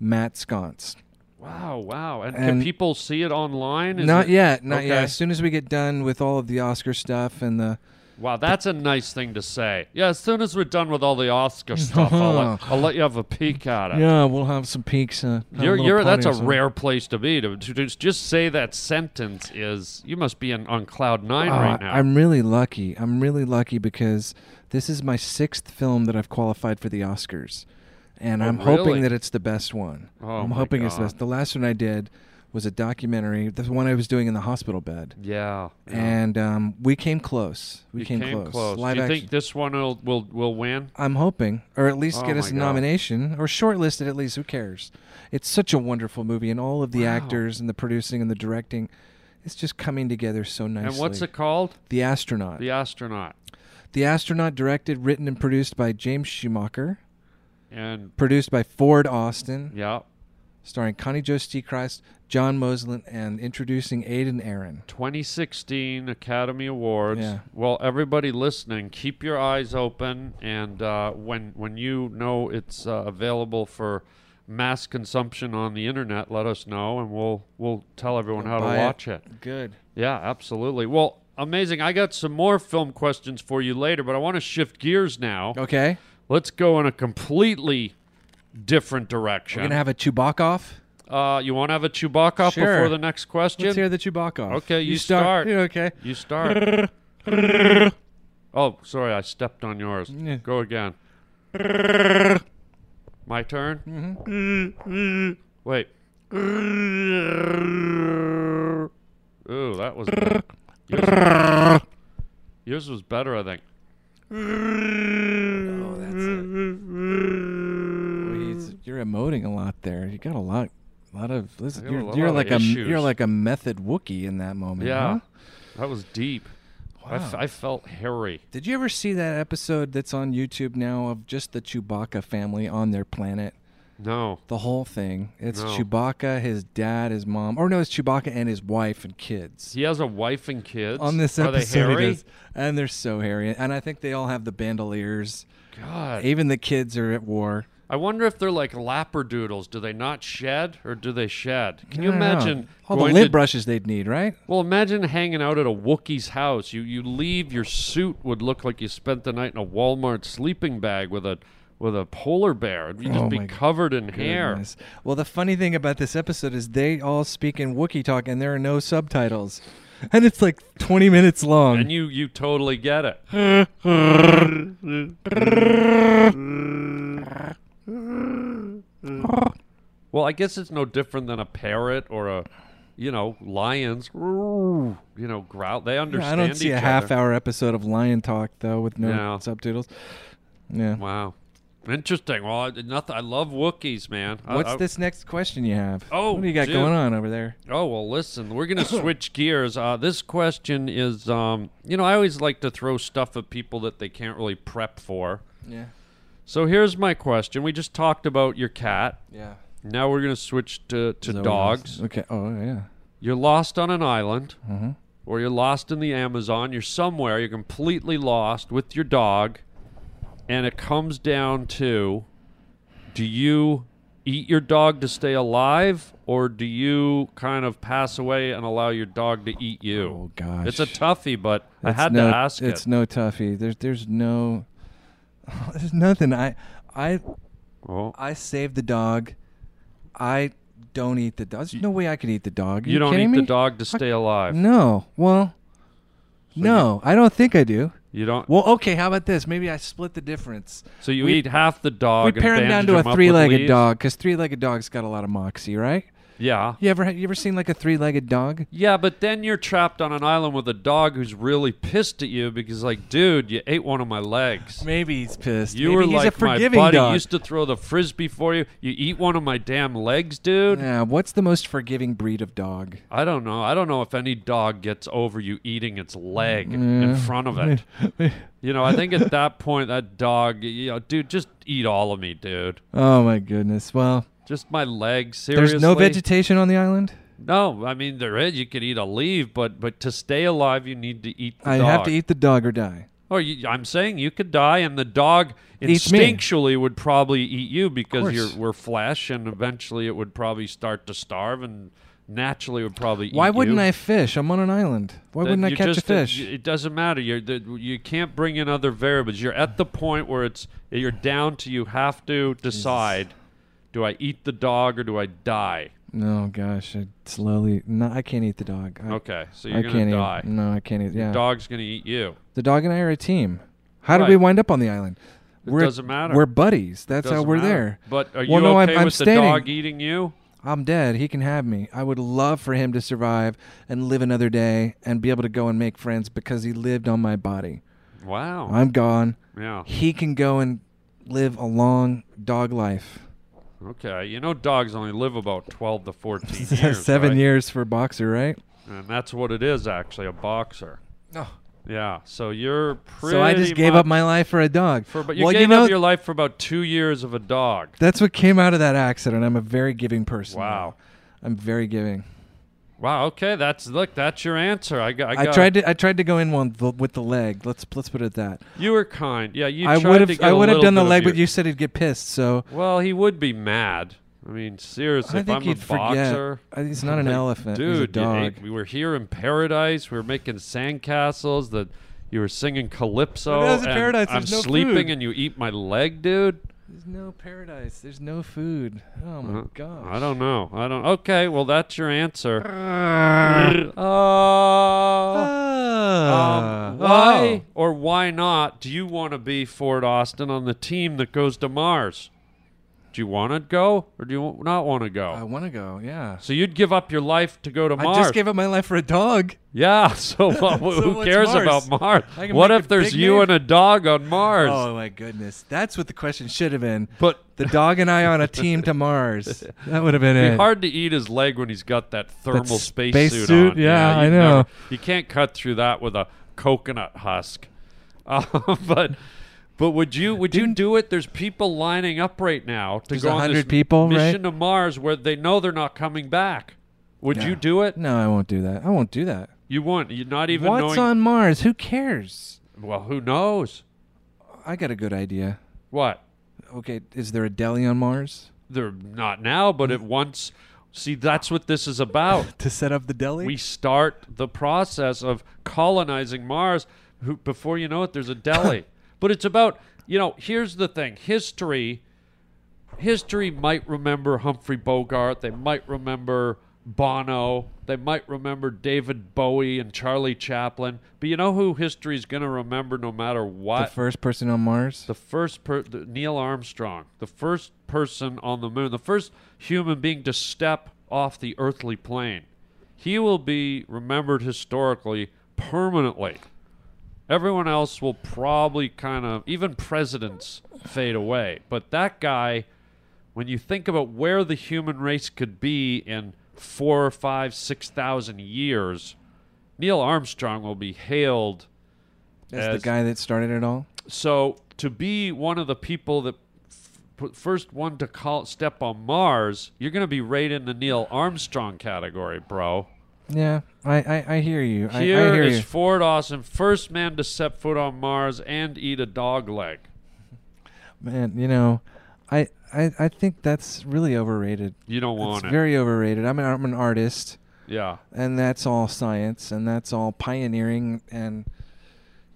Matt Sconce.
Wow, wow. And, can
And-
people see it online? Is
not
it-
yet, not
Okay.
yet. As soon as we get done with all of the Oscar stuff and the
Wow, that's a nice thing to say. Yeah, as soon as we're done with all the Oscar stuff, I'll, let, I'll let you have a peek at it.
yeah, we'll have some peeks. Uh, have
Uh, You're,
little
you're, that's
party or
a
something.
rare place to be. To, to just- just say that sentence is, you must be in, on cloud nine
Oh,
right now.
I'm really lucky. I'm really lucky because this is my sixth film that I've qualified for the Oscars, and I'm
Oh, really?
hoping that it's the best one.
Oh,
I'm
my
hoping it's the
God.
best. The last one I did was a documentary, the one I was doing in the hospital bed,
yeah. yeah.
and um, we came close. We
You
came, close. Live
Do you
action.
think this one will, will, will win?
I'm hoping, or at least
Oh
get
my
us a
God.
nomination or shortlisted at least. Who cares? It's such a wonderful movie, and all of the actors and the producing and the directing, it's just coming together so nicely.
And what's it called?
The astronaut.
The Astronaut.
The Astronaut, directed, written, and produced by James Schumacher,
And,
produced by Ford Austin,
yeah,
starring Connie Joe Steechrist, John Moslin, and introducing Aiden Aaron.
2016 Academy Awards.
Yeah.
Well, everybody listening, keep your eyes open, and uh, when when you know it's uh, available for mass consumption on the internet, let us know, and we'll we'll tell everyone how to
Buy it.
watch it.
Good.
Yeah, absolutely. Well, amazing. I got some more film questions for you later, but I want to shift gears now.
Okay.
Let's go in a completely different direction.
We're going to have a Chewbacca off.
uh, you want to have a Chewbacca
Sure.
before the next question?
Let's hear the Chewbacca off.
Okay, you, start.
Yeah, okay.
You start. oh, sorry, I stepped on yours.
Yeah.
Go again. My turn? Mm-hmm.
Mm-hmm.
Wait. Ooh, that was. Yours, yours was better, I think.
Oh, that's it. Please, You're emoting a lot there. You got a lot. lot of listen,
got a
you're,
lot
you're
of
like a
issues.
you're like a method Wookie in that moment.
Yeah.
huh?
That was deep. I, f-
Uh-huh. Wow.
I felt hairy.
Did you ever see that episode that's on YouTube now of just the Chewbacca family on their planet?
No.
The whole thing. It's
No.
Chewbacca, his dad, his mom, or no, it's Chewbacca and his wife and kids.
He has a wife and kids.
On this
Are
episode, it
they hairy?
is. and they're so hairy, and I think they all have the bandoliers.
God.
Even the kids are at war.
I wonder if they're like lapperdoodles. Do they not shed or do they shed? Can you
I don't know.
imagine
all the
going
lint
to-
brushes they'd need, right?
Well, imagine hanging out at a Wookiee's house. You you leave your suit would look like you spent the night in a Walmart sleeping bag with a with a polar bear. You'd just
Oh
be
my
covered in hair.
Goodness. Well, the funny thing about this episode is they all speak in Wookiee talk, and there are no subtitles, and it's like twenty minutes long.
And you you totally get it. well, I guess it's no different than a parrot or a you know, lions, you know, growl. They
Yeah,
understand
I don't see
each
a half
other.
hour episode of Lion Talk though with no
No.
subtitles. Yeah.
Wow. Interesting. Well, I, nothing. I love Wookiees, man. I-
What's
I-
this next question you have?
Oh,
what do you got
dude.
going on over there?
Oh well, listen. We're gonna switch gears. Uh, this question is, um, you know, I always like to throw stuff at people that they can't really prep for.
Yeah.
So here's my question. We just talked about your cat.
Yeah.
Now we're gonna switch to to dogs.
Okay. Mm-hmm. Oh yeah.
You're lost on an island, or you're lost in the Amazon. You're somewhere. You're completely lost with your dog, and it comes down to: Do you eat your dog to stay alive, or do you kind of pass away and allow your dog to eat you?
Oh, gosh.
it's a toughie, but I
It's
had
no,
to ask
It's
it.
no toughie. There's there's no there's nothing. I I
Oh.
I save the dog. I don't eat the dog. There's no way I could eat the dog. Are
you, don't eat
kidding
the
me?
dog to stay alive.
No. Well. no, I don't think I do.
You don't.
Well, okay. How about this? Maybe I split the difference.
so you
we-
eat half the dog.
we
and
pare him
bandage
down to a
up with
three-legged
leaves?
dog because three-legged dog's got a lot of moxie, right?
Yeah.
You ever you ever seen like a three-legged dog?
Yeah, but then you're trapped on an island with a dog who's really pissed at you because, like, dude, you ate one of my legs.
Maybe he's pissed.
You
Maybe
were
he's
like
a
my
forgiving
buddy.
dog.
Used to throw the frisbee for you. You eat one of my damn legs, dude.
Yeah, what's the most forgiving breed of dog?
I don't know. I don't know if any dog gets over you eating its leg in front of it. you know, I think at that point, that dog, you know, dude, just eat all of me, dude.
Oh my goodness. Well,
Just my legs. Seriously.
there's no vegetation on the island.
No, I mean there is. You could eat a leaf, but but to stay alive, you need to eat. The
I
dog.
have to eat the dog or die.
Or you, I'm saying you could die, and the dog
Eats me.
instinctually would probably eat you because
course.
you're we're flesh, and eventually it would probably start to starve, and naturally would probably.
Why
eat
wouldn't
you.
I fish? I'm on an island. Why
Then
wouldn't I
you
catch a
just- uh,
fish?
It, doesn't matter. You're the, you can't bring in other variables. You're at the point where it's you're down to you have to decide: do I eat the dog or do I die?
no, gosh. I slowly. No, I can't eat the dog. I,
Okay, so you're
I
gonna
can't
die.
eat. No, I can't eat. Yeah.
Dog's gonna eat you.
The dog and I are a team. How did
Right.
we wind up on the island? we're,
doesn't matter.
We're buddies. That's how
Doesn't
we're
matter.
there.
But are you
Well, no, I'm-
okay
I'm
with the dog
stating-
eating you?
I'm dead. He can have me. I would love for him to survive and live another day and be able to go and make friends because he lived on my body.
Wow.
I'm gone.
yeah.
He can go and live a long dog life.
Okay, you know dogs only live about 12 to 14 years.
Seven
right?
years for a boxer, right?
And that's what it is, actually, a boxer.
No.
Yeah, so you're pretty.
So I just gave up
much
my life for a dog.
For, but you
well,
gave
you know,
up your life for about two years of a dog.
that's what came out of that accident. I'm a very giving person.
Wow.
I'm very giving.
Wow, okay, that's. Look, that's your answer. I, got, I,
I
got-
tried to I tried to go in one th- with the leg. Let's let's put it at that.
You were kind. Yeah, you
I
tried
would
to
have
get
I
a
would have
little
done the
bit of
leg, but
you-
you said he'd get pissed. So
Well, he would be mad. I mean, seriously,
I
if
think
I'm
he'd
a
forget.
boxer.
I- He's not an
Like,
elephant.
Dude,
he's a
you
dog.
ate- we were here in paradise. We were making sandcastles. That you were singing calypso.
But that was in
and
paradise,
I'm
there's no
sleeping,
food.
and you eat my leg, dude.
There's no paradise. There's no food. Oh my gosh.
Uh-huh. I don't know. I don't. Okay, well, that's your answer. Uh,
Ah. uh,
um, why
oh.
or why not? Do you want to be Fort Austin on the team that goes to Mars? Do you want to go or do you wa- not want to go?
I want to go. Yeah.
so you'd give up your life to go to Mars?
I just gave up my life for a dog.
Yeah, so, what- who
what's
cares
Mars?
about Mars?
I can
What
make
if
a
there's
big
you
name.
and a dog on Mars?
Oh my goodness. That's what the question should have been.
But
the dog and I on a team to Mars. That would have been
it'd
it.
be hard to eat his leg when he's got that thermal space
space
suit,
suit?
on.
Yeah, I
you'd
know.
never- you can't cut through that with a coconut husk. Uh, but but would you would you do it? There's people lining up right now to
There's
go on this
100 people, right?
mission to Mars where they know they're not coming back. Would you do it?
No, I won't do that. I won't do that.
You wouldn't. You're not even
What's
knowing.
on Mars? Who cares?
Well, who knows?
I got a good idea.
What?
Okay, is there a deli on Mars?
They're not now, but at once. See, that's what this is about.
To set up the deli?
we start the process of colonizing Mars. Who, before you know it, there's a deli. but it's about you know. Here's the thing: history. History might remember Humphrey Bogart. They might remember Bono. They might remember David Bowie and Charlie Chaplin. But you know who history is going to remember no matter
the
what?
first person on Mars?
the first per- the, Neil Armstrong, the first person on the moon, the first human being to step off the earthly plane. He will be remembered historically permanently. Everyone else will probably kind of even presidents fade away, but that guy when you think about where the human race could be in four or five, six thousand years, Neil Armstrong will be hailed
That's
as-
the guy that started it all?
so to be one of the people that f- put first one to call step on Mars, you're going to be right in the Neil Armstrong category, bro.
Yeah, I, I, I hear you. I, I
Here is
hear you.
Ford Austin, first man to set foot on Mars and eat a dog leg.
Man, you know, I, I, I think that's really overrated.
You don't
It's
want it.
very overrated. I'm an, I'm an artist,
yeah.
and that's all science, and that's all pioneering, and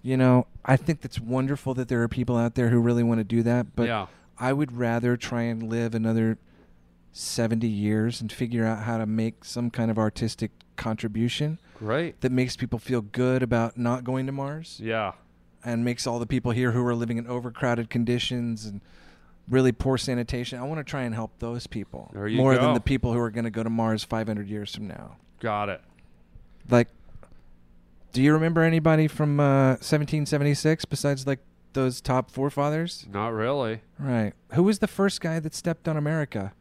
you know, I think that's wonderful that there are people out there who really want to do that. But
Yeah.
I would rather try and live another seventy years and figure out how to make some kind of artistic contribution
Great.
that makes people feel good about not going to Mars
Yeah.
and makes all the people here who are living in overcrowded conditions and really poor sanitation. I want to try and help those people
There you
more
go.
than the people who are going to go to Mars 500 years from now.
Got it.
Like, do you remember anybody from uh, 1776 besides like those top forefathers?
Not really.
Right. Who was the first guy that stepped on America?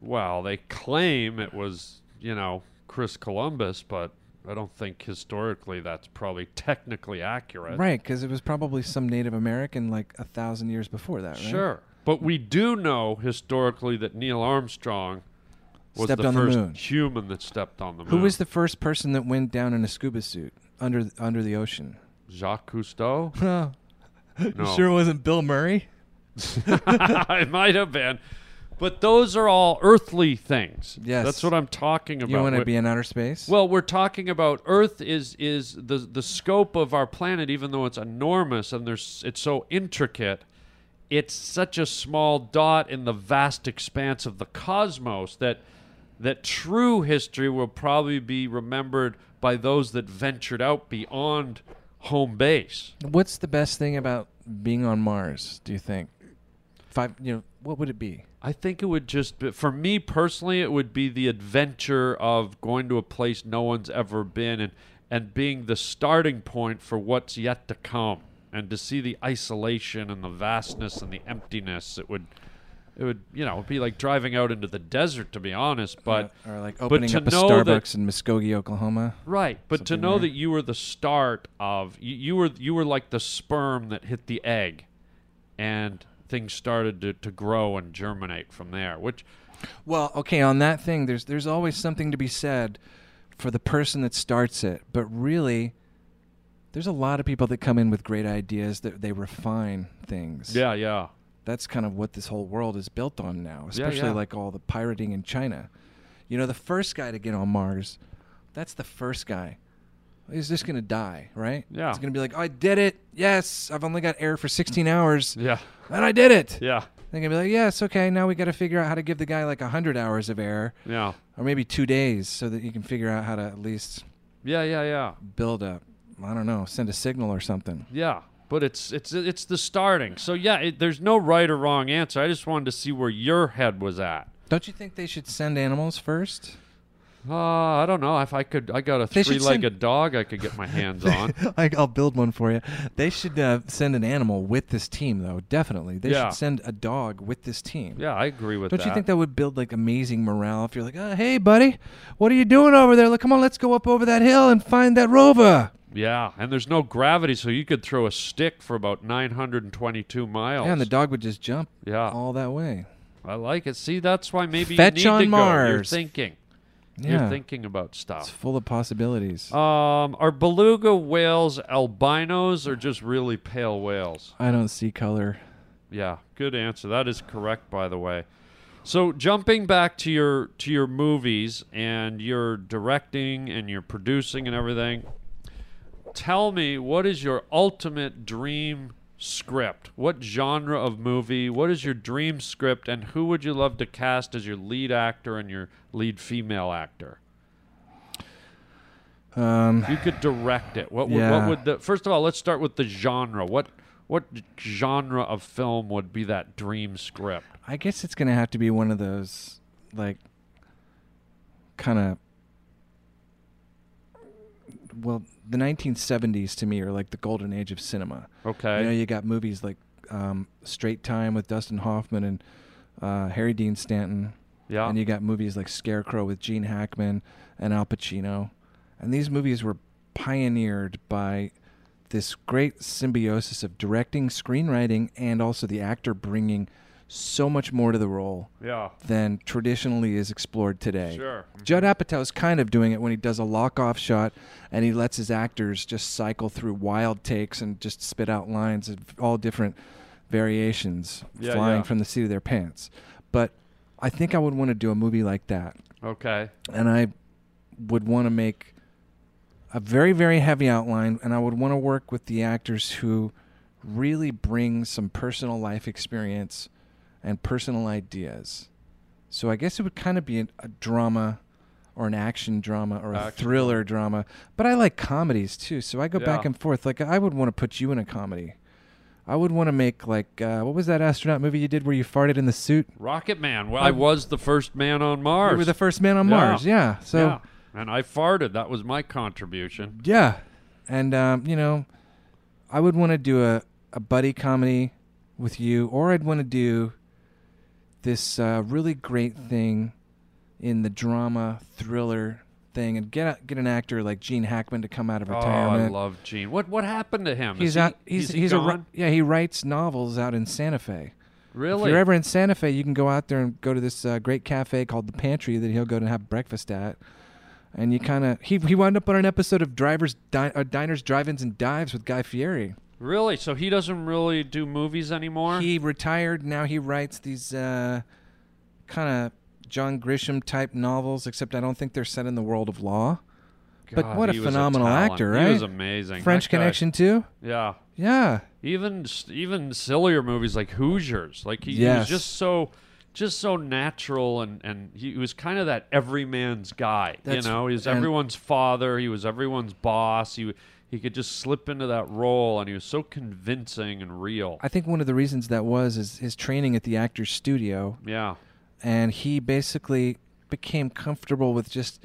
Well, they claim it was, you know, Chris Columbus, but I don't think historically that's probably technically accurate.
Right, because it was probably some Native American like a thousand years before that, right?
Sure. But we do know historically that Neil Armstrong was
Stepped
the
on the
first
moon.
human that stepped on the moon.
Who was the first person that went down in a scuba suit under under the ocean?
Jacques Cousteau?
Oh,
No.
sure it wasn't Bill Murray?
it might have been. But those are all earthly things.
Yes.
That's what I'm talking about.
You want
We-
to be in outer space?
Well, we're talking about Earth is is the the scope of our planet, even though it's enormous and there's it's so intricate. It's such a small dot in the vast expanse of the cosmos that that true history will probably be remembered by those that ventured out beyond home base.
what's the best thing about being on Mars? Do you think? Five, you know, what would it be?
I think it would just be, for me personally, it would be the adventure of going to a place no one's ever been and, and being the starting point for what's yet to come and to see the isolation and the vastness and the emptiness. It would, it would, you know, it'd be like driving out into the desert, to be honest, but,
or like
but
opening
to
up a
know
Starbucks
that-
in Muskogee, Oklahoma.
Right, but to know that you were the start of you, you were you were like the sperm that hit the egg, and things started to, to grow and germinate from there. Which
Well, okay, on that thing, there's there's always something to be said for the person that starts it, but really, there's a lot of people that come in with great ideas that they refine things.
yeah, yeah,
that's kind of what this whole world is built on now,
Yeah,
especially
yeah.
like all the pirating in China. You know, the first guy to get on Mars, that's the first guy. He's just going to die, right?
Yeah.
He's going to be like, oh, I did it. Yes. I've only got air for 16 hours.
yeah,
And I did it.
yeah,
They're going to be like, yes, okay. Now we got to figure out how to give the guy like 100 hours of air
yeah,
or maybe two days so that you can figure out how to at least
yeah, yeah, yeah,
build a, I don't know, send a signal or something.
yeah. But it's it's it's the starting. So yeah, it, there's no right or wrong answer. I just wanted to see where your head was at.
Don't you think they should send animals first?
Uh, I don't know if I could. I got a
They should
three-legged
send-
dog. I could get my hands on.
I, I'll build one for you. They should uh, send an animal with this team, though. Definitely, they
Yeah.
should send a dog with this team.
Yeah, I agree with
Don't
that.
you think that would build like amazing morale if you're like, uh, "Hey, buddy, what are you doing over there? Like, come on, let's go up over that hill and find that rover."
Yeah, and there's no gravity, so you could throw a stick for about 922 miles.
Yeah, and the dog would just jump
Yeah.
all that way.
I like it. See, that's why maybe you
Fetch
need
on
to go. You're
Mars.
thinking.
Yeah,
You're thinking about
it's
stuff.
full of possibilities.
Um, are beluga whales albinos or just really pale whales?
I don't see color.
Yeah, good answer. That is correct, by the way. So jumping back to your to your movies and your directing and your producing and everything, tell me what is your ultimate dream script? What genre of movie? What is your dream script? And who would you love to cast as your lead actor and your lead female actor?
Um,
You could direct it. What would, what
Yeah.
would the first of all? Let's start with the genre. What what genre of film would be that dream script?
I guess it's gonna have to be one of those like kind of well, the 1970s to me are like the golden age of cinema.
Okay.
You know, you got movies like um, Straight Time with Dustin Hoffman and uh, Harry Dean Stanton,
Yeah.
and you got movies like Scarecrow with Gene Hackman and Al Pacino, and these movies were pioneered by this great symbiosis of directing, screenwriting, and also the actor bringing so much more to the role
yeah.
than traditionally is explored today.
Sure. Mm-hmm.
Judd Apatow's kind of doing it when he does a lock-off shot and he lets his actors just cycle through wild takes and just spit out lines of all different variations
Yeah,
flying
yeah.
from the seat of their pants. But I think I would want to do a movie like that.
Okay.
And I would want to make a very, very heavy outline and I would want to work with the actors who really bring some personal life experience and personal ideas. So I guess it would kind of be an, a drama or an action drama or a
Action
thriller drama. But I like comedies too. So I go back
Yeah.
and forth. Like I would want to put you in a comedy. I would want to make like uh, what was that astronaut movie you did where you farted in the suit?
Rocket Man. Well, I was the first man on Mars.
You were the Oh. first man on
Yeah.
Mars. Yeah. So
Yeah. And I farted. That was my contribution.
Yeah, and um, you know, I would want to do a, a buddy comedy with you, or I'd want to do this uh, really great thing in the drama thriller thing, and get a, get an actor like Gene Hackman to come out of
Oh,
retirement.
I love Gene. What what happened to him? Is
he's
he-
out. He's
is he
he's a ri-
gone?
yeah. He writes novels out in Santa Fe.
really.
If you're ever in Santa Fe, you can go out there and go to this uh, great cafe called the Pantry that he'll go to have breakfast at. And you kind of he he wound up on an episode of Drivers Di- uh, Diners Drive-ins and Dives with Guy Fieri.
really? So he doesn't really do movies anymore.
He retired. Now he writes these uh, kind of John Grisham type novels, except I don't think they're set in the world of law. but
God,
what a
he was
phenomenal
talent.
actor, right?
He was amazing.
French
That guy-
Connection too.
Yeah.
Yeah,
Even s- even sillier movies like Hoosiers. Like he, he
Yes.
was just so just so natural and and he was kind of that everyman's guy.
That's-
you know, he was
and-
everyone's father. He was everyone's boss. He he could just slip into that role, and he was so convincing and real.
I think one of the reasons that was is his training at the Actors Studio
yeah.
and he basically became comfortable with just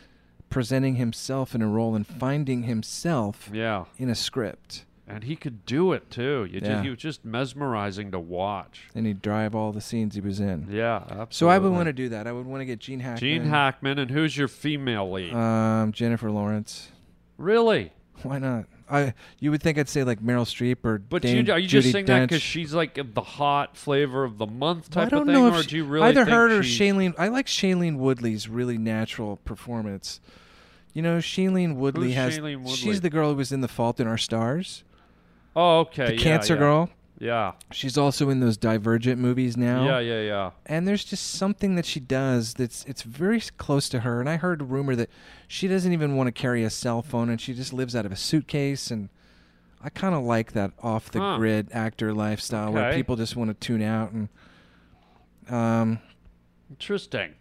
presenting himself in a role and finding himself
Yeah.
in a script.
And he could do it too. You ju-
Yeah.
he was just mesmerizing to watch.
And he'd drive all the scenes he was in.
Yeah, absolutely.
So I would want to do that. I would want to get Gene Hackman,
Gene Hackman, and who's your female lead?
um, Jennifer Lawrence.
really?
Why not? I you would think I'd say like Meryl Streep or
But
Dame
you, are you
Judi
just saying
Dench.
that because she's like the hot flavor of the month
I
type
don't
of thing,
know
or
if
do
she-
you really
either
think
her or
she-
Shailene. I like Shailene Woodley's really natural performance. You know, Shailene Woodley
Who's
has.
Shailene Woodley?
She's the girl who was in The Fault in Our Stars.
Oh, okay.
the
yeah,
cancer
yeah.
girl.
Yeah,
She's also in those Divergent movies now.
yeah, yeah, yeah.
And there's just something that she does that's it's very s- close to her. And I heard a rumor that she doesn't even want to carry a cell phone and she just lives out of a suitcase. And I kind of like that off the
Huh.
grid actor lifestyle where
Okay.
people just want to tune out. And
Interesting.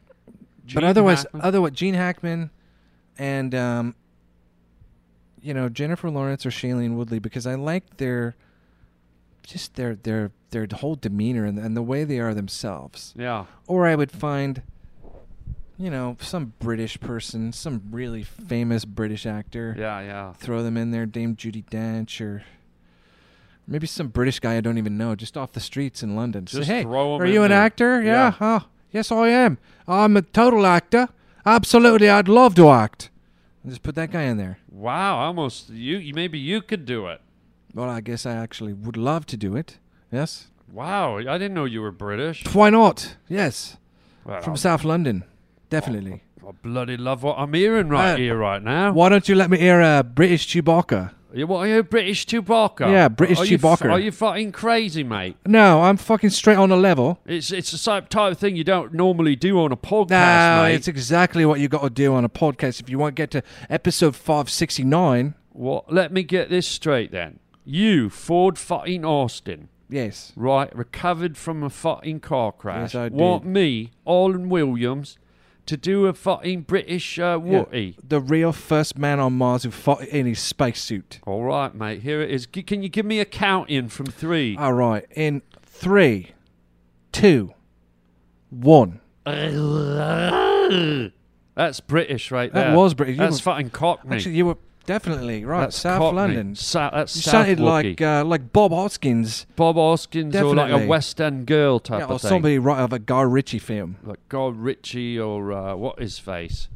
Gene
but otherwise,
Hackman?
otherwise Gene Hackman and um, you know Jennifer Lawrence or Shailene Woodley because I like their just their their their whole demeanor and, and the way they are themselves.
yeah,
or I would find, you know, some British person, some really famous British actor.
yeah, yeah.
Throw them in there, Dame Judy Dench, or maybe some British guy I don't even know, just off the streets in London.
Just
Say, hey,
throw 'em
are
in
you an
there."
actor?
Yeah.
Yeah. Oh, yes, I am. I'm a total actor. Absolutely, I'd love to act. And just put that guy in there.
Wow, almost you, you. Maybe you could do it.
Well, I guess I actually would love to do it. Yes.
Wow, I didn't know you were British.
Why not? Yes.
Well,
From South London, definitely.
I bloody love what I'm hearing right
Uh,
here, right now.
Why don't you let me hear a British Chewbacca?
Yeah, What are you, British Chewbacca?
Yeah, British
are you f-
Chewbacca.
are you fucking crazy, mate?
No, I'm fucking straight on a level.
It's it's the type type of thing you don't normally do on a podcast,
No,
mate.
it's exactly what you got to do on a podcast if you want to get to episode 569.
What? Let me get this straight then. You, Ford fucking Austin,
Yes.
right, recovered from a fucking car crash.
Yes, I
Want
did.
me, Alan Williams, to do a fucking British uh, Woody?
The real first man on Mars who fought in his spacesuit.
All right, mate. Here it is. G- can you give me a count in from three?
All right, in three, two, one.
That's British, right there.
That was British. You
That's
were-
fucking Cockney.
Actually, you were definitely right.
That's
South
Cockney.
London.
Sa- that's
you
South
sounded
Wookie.
like uh, like Bob Hoskins
Bob Hoskins or like a
Definitely.
West End girl type
yeah,
of
or
thing.
somebody right of a Guy Ritchie film.
Like Guy Ritchie or uh, what his face.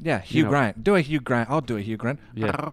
Yeah, Hugh
know.
Grant. Do a Hugh Grant. I'll do a Hugh Grant.
Yeah.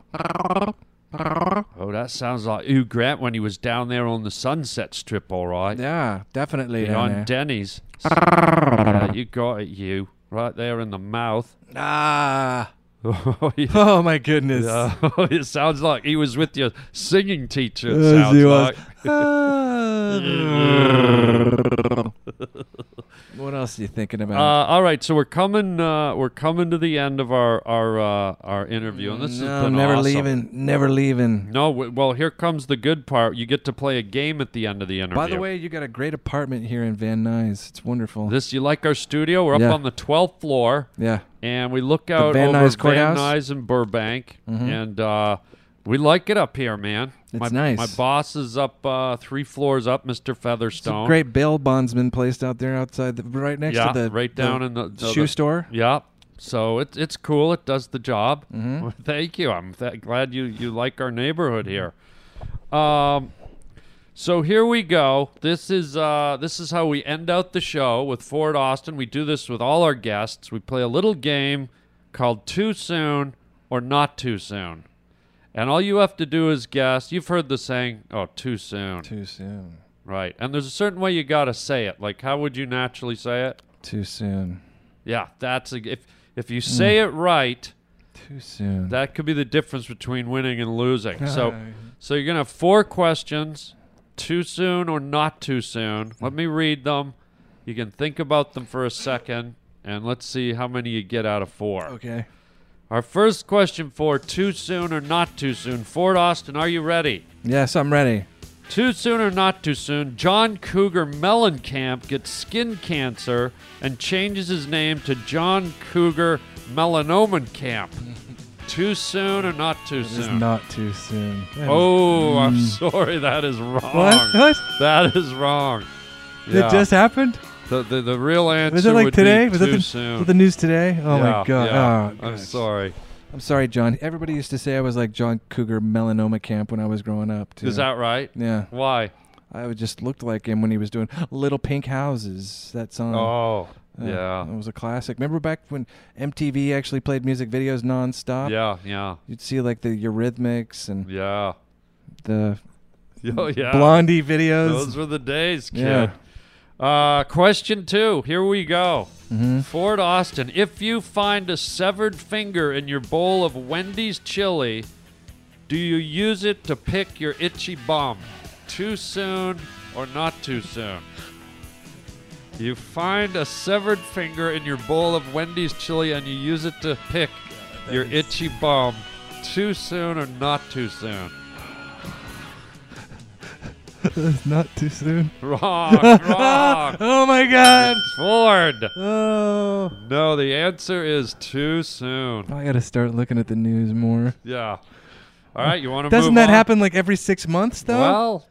Oh, that sounds like Hugh Grant when he was down there on the Sunset Strip, all right.
Yeah, definitely. down
Behind
there.
Denny's. Yeah, you got it, you. Right there in the mouth.
Ah.
oh, yeah.
Oh my goodness.
Oh, it sounds like he was with your singing teacher, it
Yes,
sounds
he was.
like.
what else are you thinking about?
Uh, all right, so we're coming. Uh, we're coming to the end of our our uh, our interview, and this has
no,
been
never
awesome.
leaving. Never leaving.
No, w- well, here comes the good part. You get to play a game at the end of the interview.
By the way, you got a great apartment here in Van Nuys. It's wonderful.
this you like our studio? We're up
Yeah.
on the twelfth floor.
yeah.
and we look out
Van
over
Nuys
Van
Courthouse?
Nuys and Burbank, and uh, we like it up here, man.
It's
my,
nice.
My boss is up uh, three floors up, Mr. Featherstone.
Great bail bondsman placed out there outside, the, right next
Yeah,
to the
right down in the- the-
shoe
the-
store.
Yeah. So it, it's cool. It does the job. Well, thank you. I'm th- glad you, you like our neighborhood here. Um, so here we go. This is uh, this is how we end out the show with Ford Austin. We do this with all our guests. We play a little game called Too Soon or Not Too Soon. And all you have to do is guess. You've heard the saying, "Oh, too soon."
Too soon.
Right. And there's a certain way you got to say it. Like how would you naturally say it?
Too soon.
Yeah, that's a, if if you say it right,
Too soon.
that could be the difference between winning and losing. So so you're gonna have four questions, too soon or not too soon. Let me read them. You can think about them for a second, and let's see how many you get out of four.
okay.
Our first question for too soon or not too soon. Fort Austin, are you ready?
Yes, I'm ready.
Too soon or not too soon, John Cougar Mellencamp gets skin cancer and changes his name to John Cougar Melanomencamp. too soon or not too
It's
soon?
not too soon. That is-
oh, I'm sorry, that is wrong.
What? What?
That is wrong. Yeah.
It just happened?
the, the, the real answer
Was it like
would
today?
be
Was
too
it the,
soon.
was the news today? Oh
Yeah,
my god.
yeah.
Oh,
I'm
gosh.
sorry.
I'm sorry, John. Everybody used to say I was like John Cougar melanoma camp when I was growing up. Too.
Is that right?
Yeah.
Why?
I would- just looked like him when he was doing Little Pink Houses. That song.
Oh,
Uh,
yeah.
It was a classic. Remember back when MTV actually played music videos nonstop?
Yeah, yeah,
You'd see like the Eurythmics and
yeah.
the
Oh, yeah.
Blondie videos.
Those were the days, kid.
Yeah.
Uh, question two. Here we go. Ford Austin, if you find a severed finger in your bowl of Wendy's chili, do you use it to pick your itchy bum? Too soon or not too soon? You find a severed finger in your bowl of Wendy's chili and you use it to pick your itchy bum. Too soon or not too soon?
Not too soon.
Wrong, wrong.
Oh my god.
Ford.
Oh.
No, the answer is too soon.
I gotta start looking at the news more.
Yeah. All right, you want to
Doesn't
move
that
on?
happen like every six months though?
Well,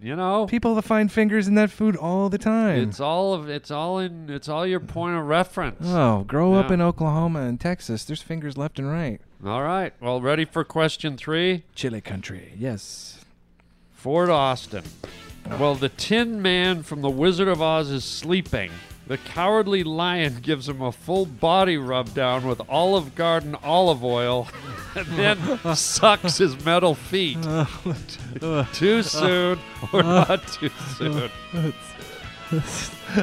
you know,
People find fingers in that food all the time.
it's all of it's all in it's all your point of reference.
oh, grow up
Yeah.
in Oklahoma and Texas. There's fingers left and right.
All right. Well, ready for question 3?
Chile country. Yes.
Fort Austin. Well, the Tin Man from The Wizard of Oz is sleeping. The cowardly lion gives him a full body rub down with Olive Garden olive oil and then sucks his metal feet. too soon or not too soon.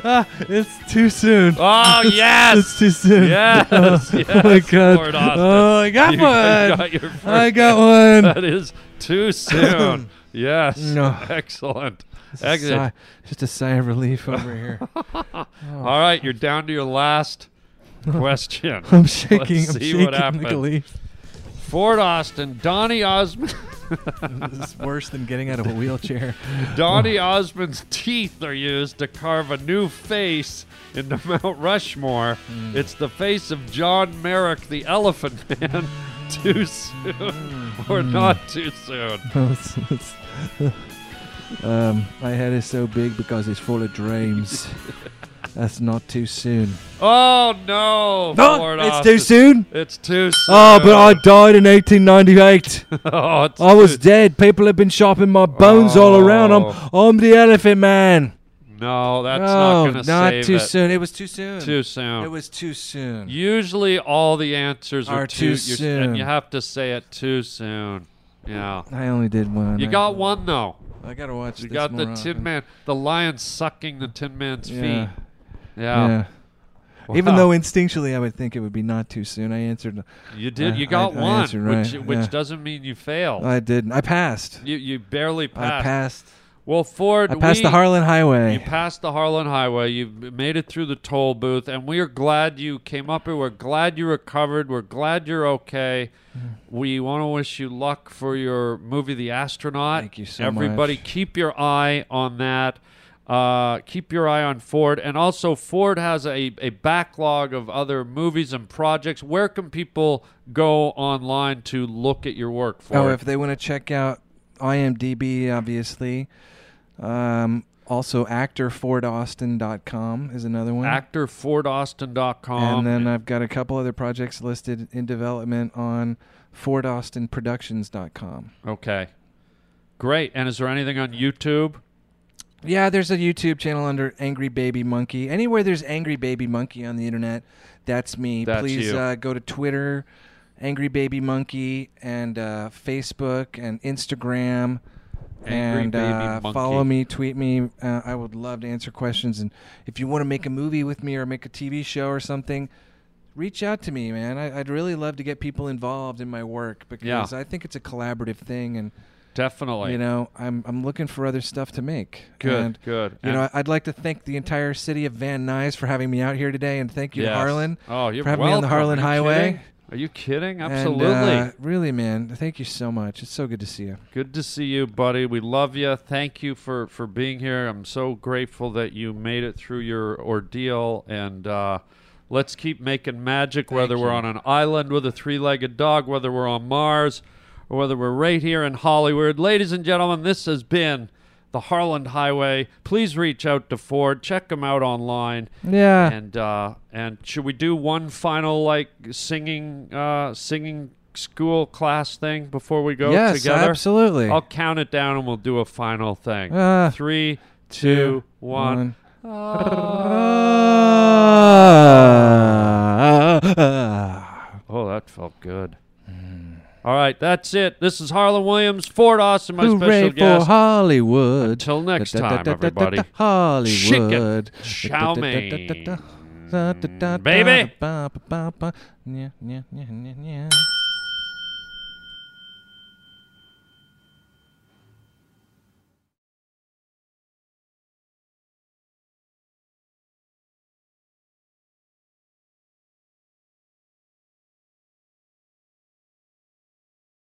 Ah, it's too soon.
Oh,
It's
yes!
too soon.
Yes! yes
Oh my god.
Fort Austin.
Oh, I got
You
one.
got your first
I got one.
That is too soon. yes.
No.
Excellent.
Just a
Excellent.
sigh- just a sigh of relief over here.
All right, you're down to your last question.
Oh. I'm shaking.
Let's
I'm
see
shaking
what happens.
like a leaf.
Fort Austin, Donnie Osmond.
This is worse than getting out of a wheelchair.
Donnie Osmond's teeth are used to carve a new face into Mount Rushmore.
Hmm.
It's the face of John Merrick, the Elephant Man. too soon
Hmm.
or not too soon?
um, my head is so big because it's full of dreams. That's not too soon.
Oh no!
Oh,
Fort
it's too
Austin.
soon.
It's too soon.
Oh, but I died in 1898.
Oh, it's
I was
too-
dead. People have been chopping my bones all around. I'm, I'm the elephant man.
No, Oh. that's
oh,
not gonna save
too
it.
soon. It was too soon.
Too soon.
It was too soon.
Usually, all the answers are,
Are
too,
too
you're-
soon.
and you have to say it too soon. Yeah,
I only did one.
you
I-
got one though.
I gotta watch.
You
this
got the
more
Tin
often.
Man, the lion sucking the Tin Man's
Yeah.
feet. Yeah,
yeah. Even
Wow.
though instinctually I would think it would be not too soon, I answered.
you did.
I-
You
I-
got
I
one,
answered
which
right,
which
yeah.
doesn't mean you failed.
I didn't. I passed.
you you barely
I
passed.
passed.
Well, Ford,
I passed the
we-
Harlan Highway.
You passed the Harlan Highway. You made it through the toll booth, and we are glad you came up here. We're glad you recovered. We're glad you're okay.
Mm.
We want to wish you luck for your movie, The Astronaut.
Thank you so
Everybody,
much.
keep your eye on that. Uh, keep your eye on Ford. And also, Ford has a, a backlog of other movies and projects. Where can people go online to look at your work, Ford?
Oh, if they want to check out IMDb, obviously. Um, also, actorfordaustin.com is another one.
actorfordaustin.com.
and then I've got a couple other projects listed in development on fordaustinproductions.com.
okay. Great. And is there anything on YouTube?
Yeah, there's a YouTube channel under Angry Baby Monkey. Anywhere there's Angry Baby Monkey on the internet, that's me.
That's
Please
you.
Uh, go to Twitter, Angry Baby Monkey, and uh, Facebook and Instagram.
Angry
and
Baby
uh,
Monkey.
follow me, tweet me. Uh, I would love to answer questions. And if you want to make a movie with me or make a TV show or something, reach out to me, man. I, I'd really love to get people involved in my work because I think it's a collaborative thing. And
Definitely.
you know, I'm I'm looking for other stuff to make.
Good,
And,
good.
You know, I'd like to thank the entire city of Van Nuys for having me out here today, and thank you,
Yes.
Harlan.
Oh, you're
for having
welcome.
me on the Harlan
Are you
Highway.
kidding? Are you kidding?
And,
Absolutely.
uh, really, man, thank you so much. It's so good to see you.
Good to see you, buddy. We love you. Thank you for for being here. I'm so grateful that you made it through your ordeal and. Uh, Let's keep making magic, whether we're on an island with a three legged dog, whether we're on Mars, or whether we're right here in Hollywood. Ladies and gentlemen, this has been the Harland Highway. Please reach out to Ford. Check him out online.
Yeah.
And uh, and should we do one final like singing uh, singing school class thing before we go
yes,
together?
absolutely.
I'll count it down and we'll do a final thing.
Ah.
Three,
Two,
two, one.
one. Ah.
Oh, that felt good. All right, that's it. This is Harlan Williams, Ford Austin, my
Hooray
special
for
guest.
Hollywood.
Until next
Da- da-
time,
da- da- da- da-
everybody.
Hollywood.
Chicken
Da- da- da- da- da- da- da- da-
Baby.
ba- ba- ba- ba- Yeah, yeah, yeah, yeah, yeah.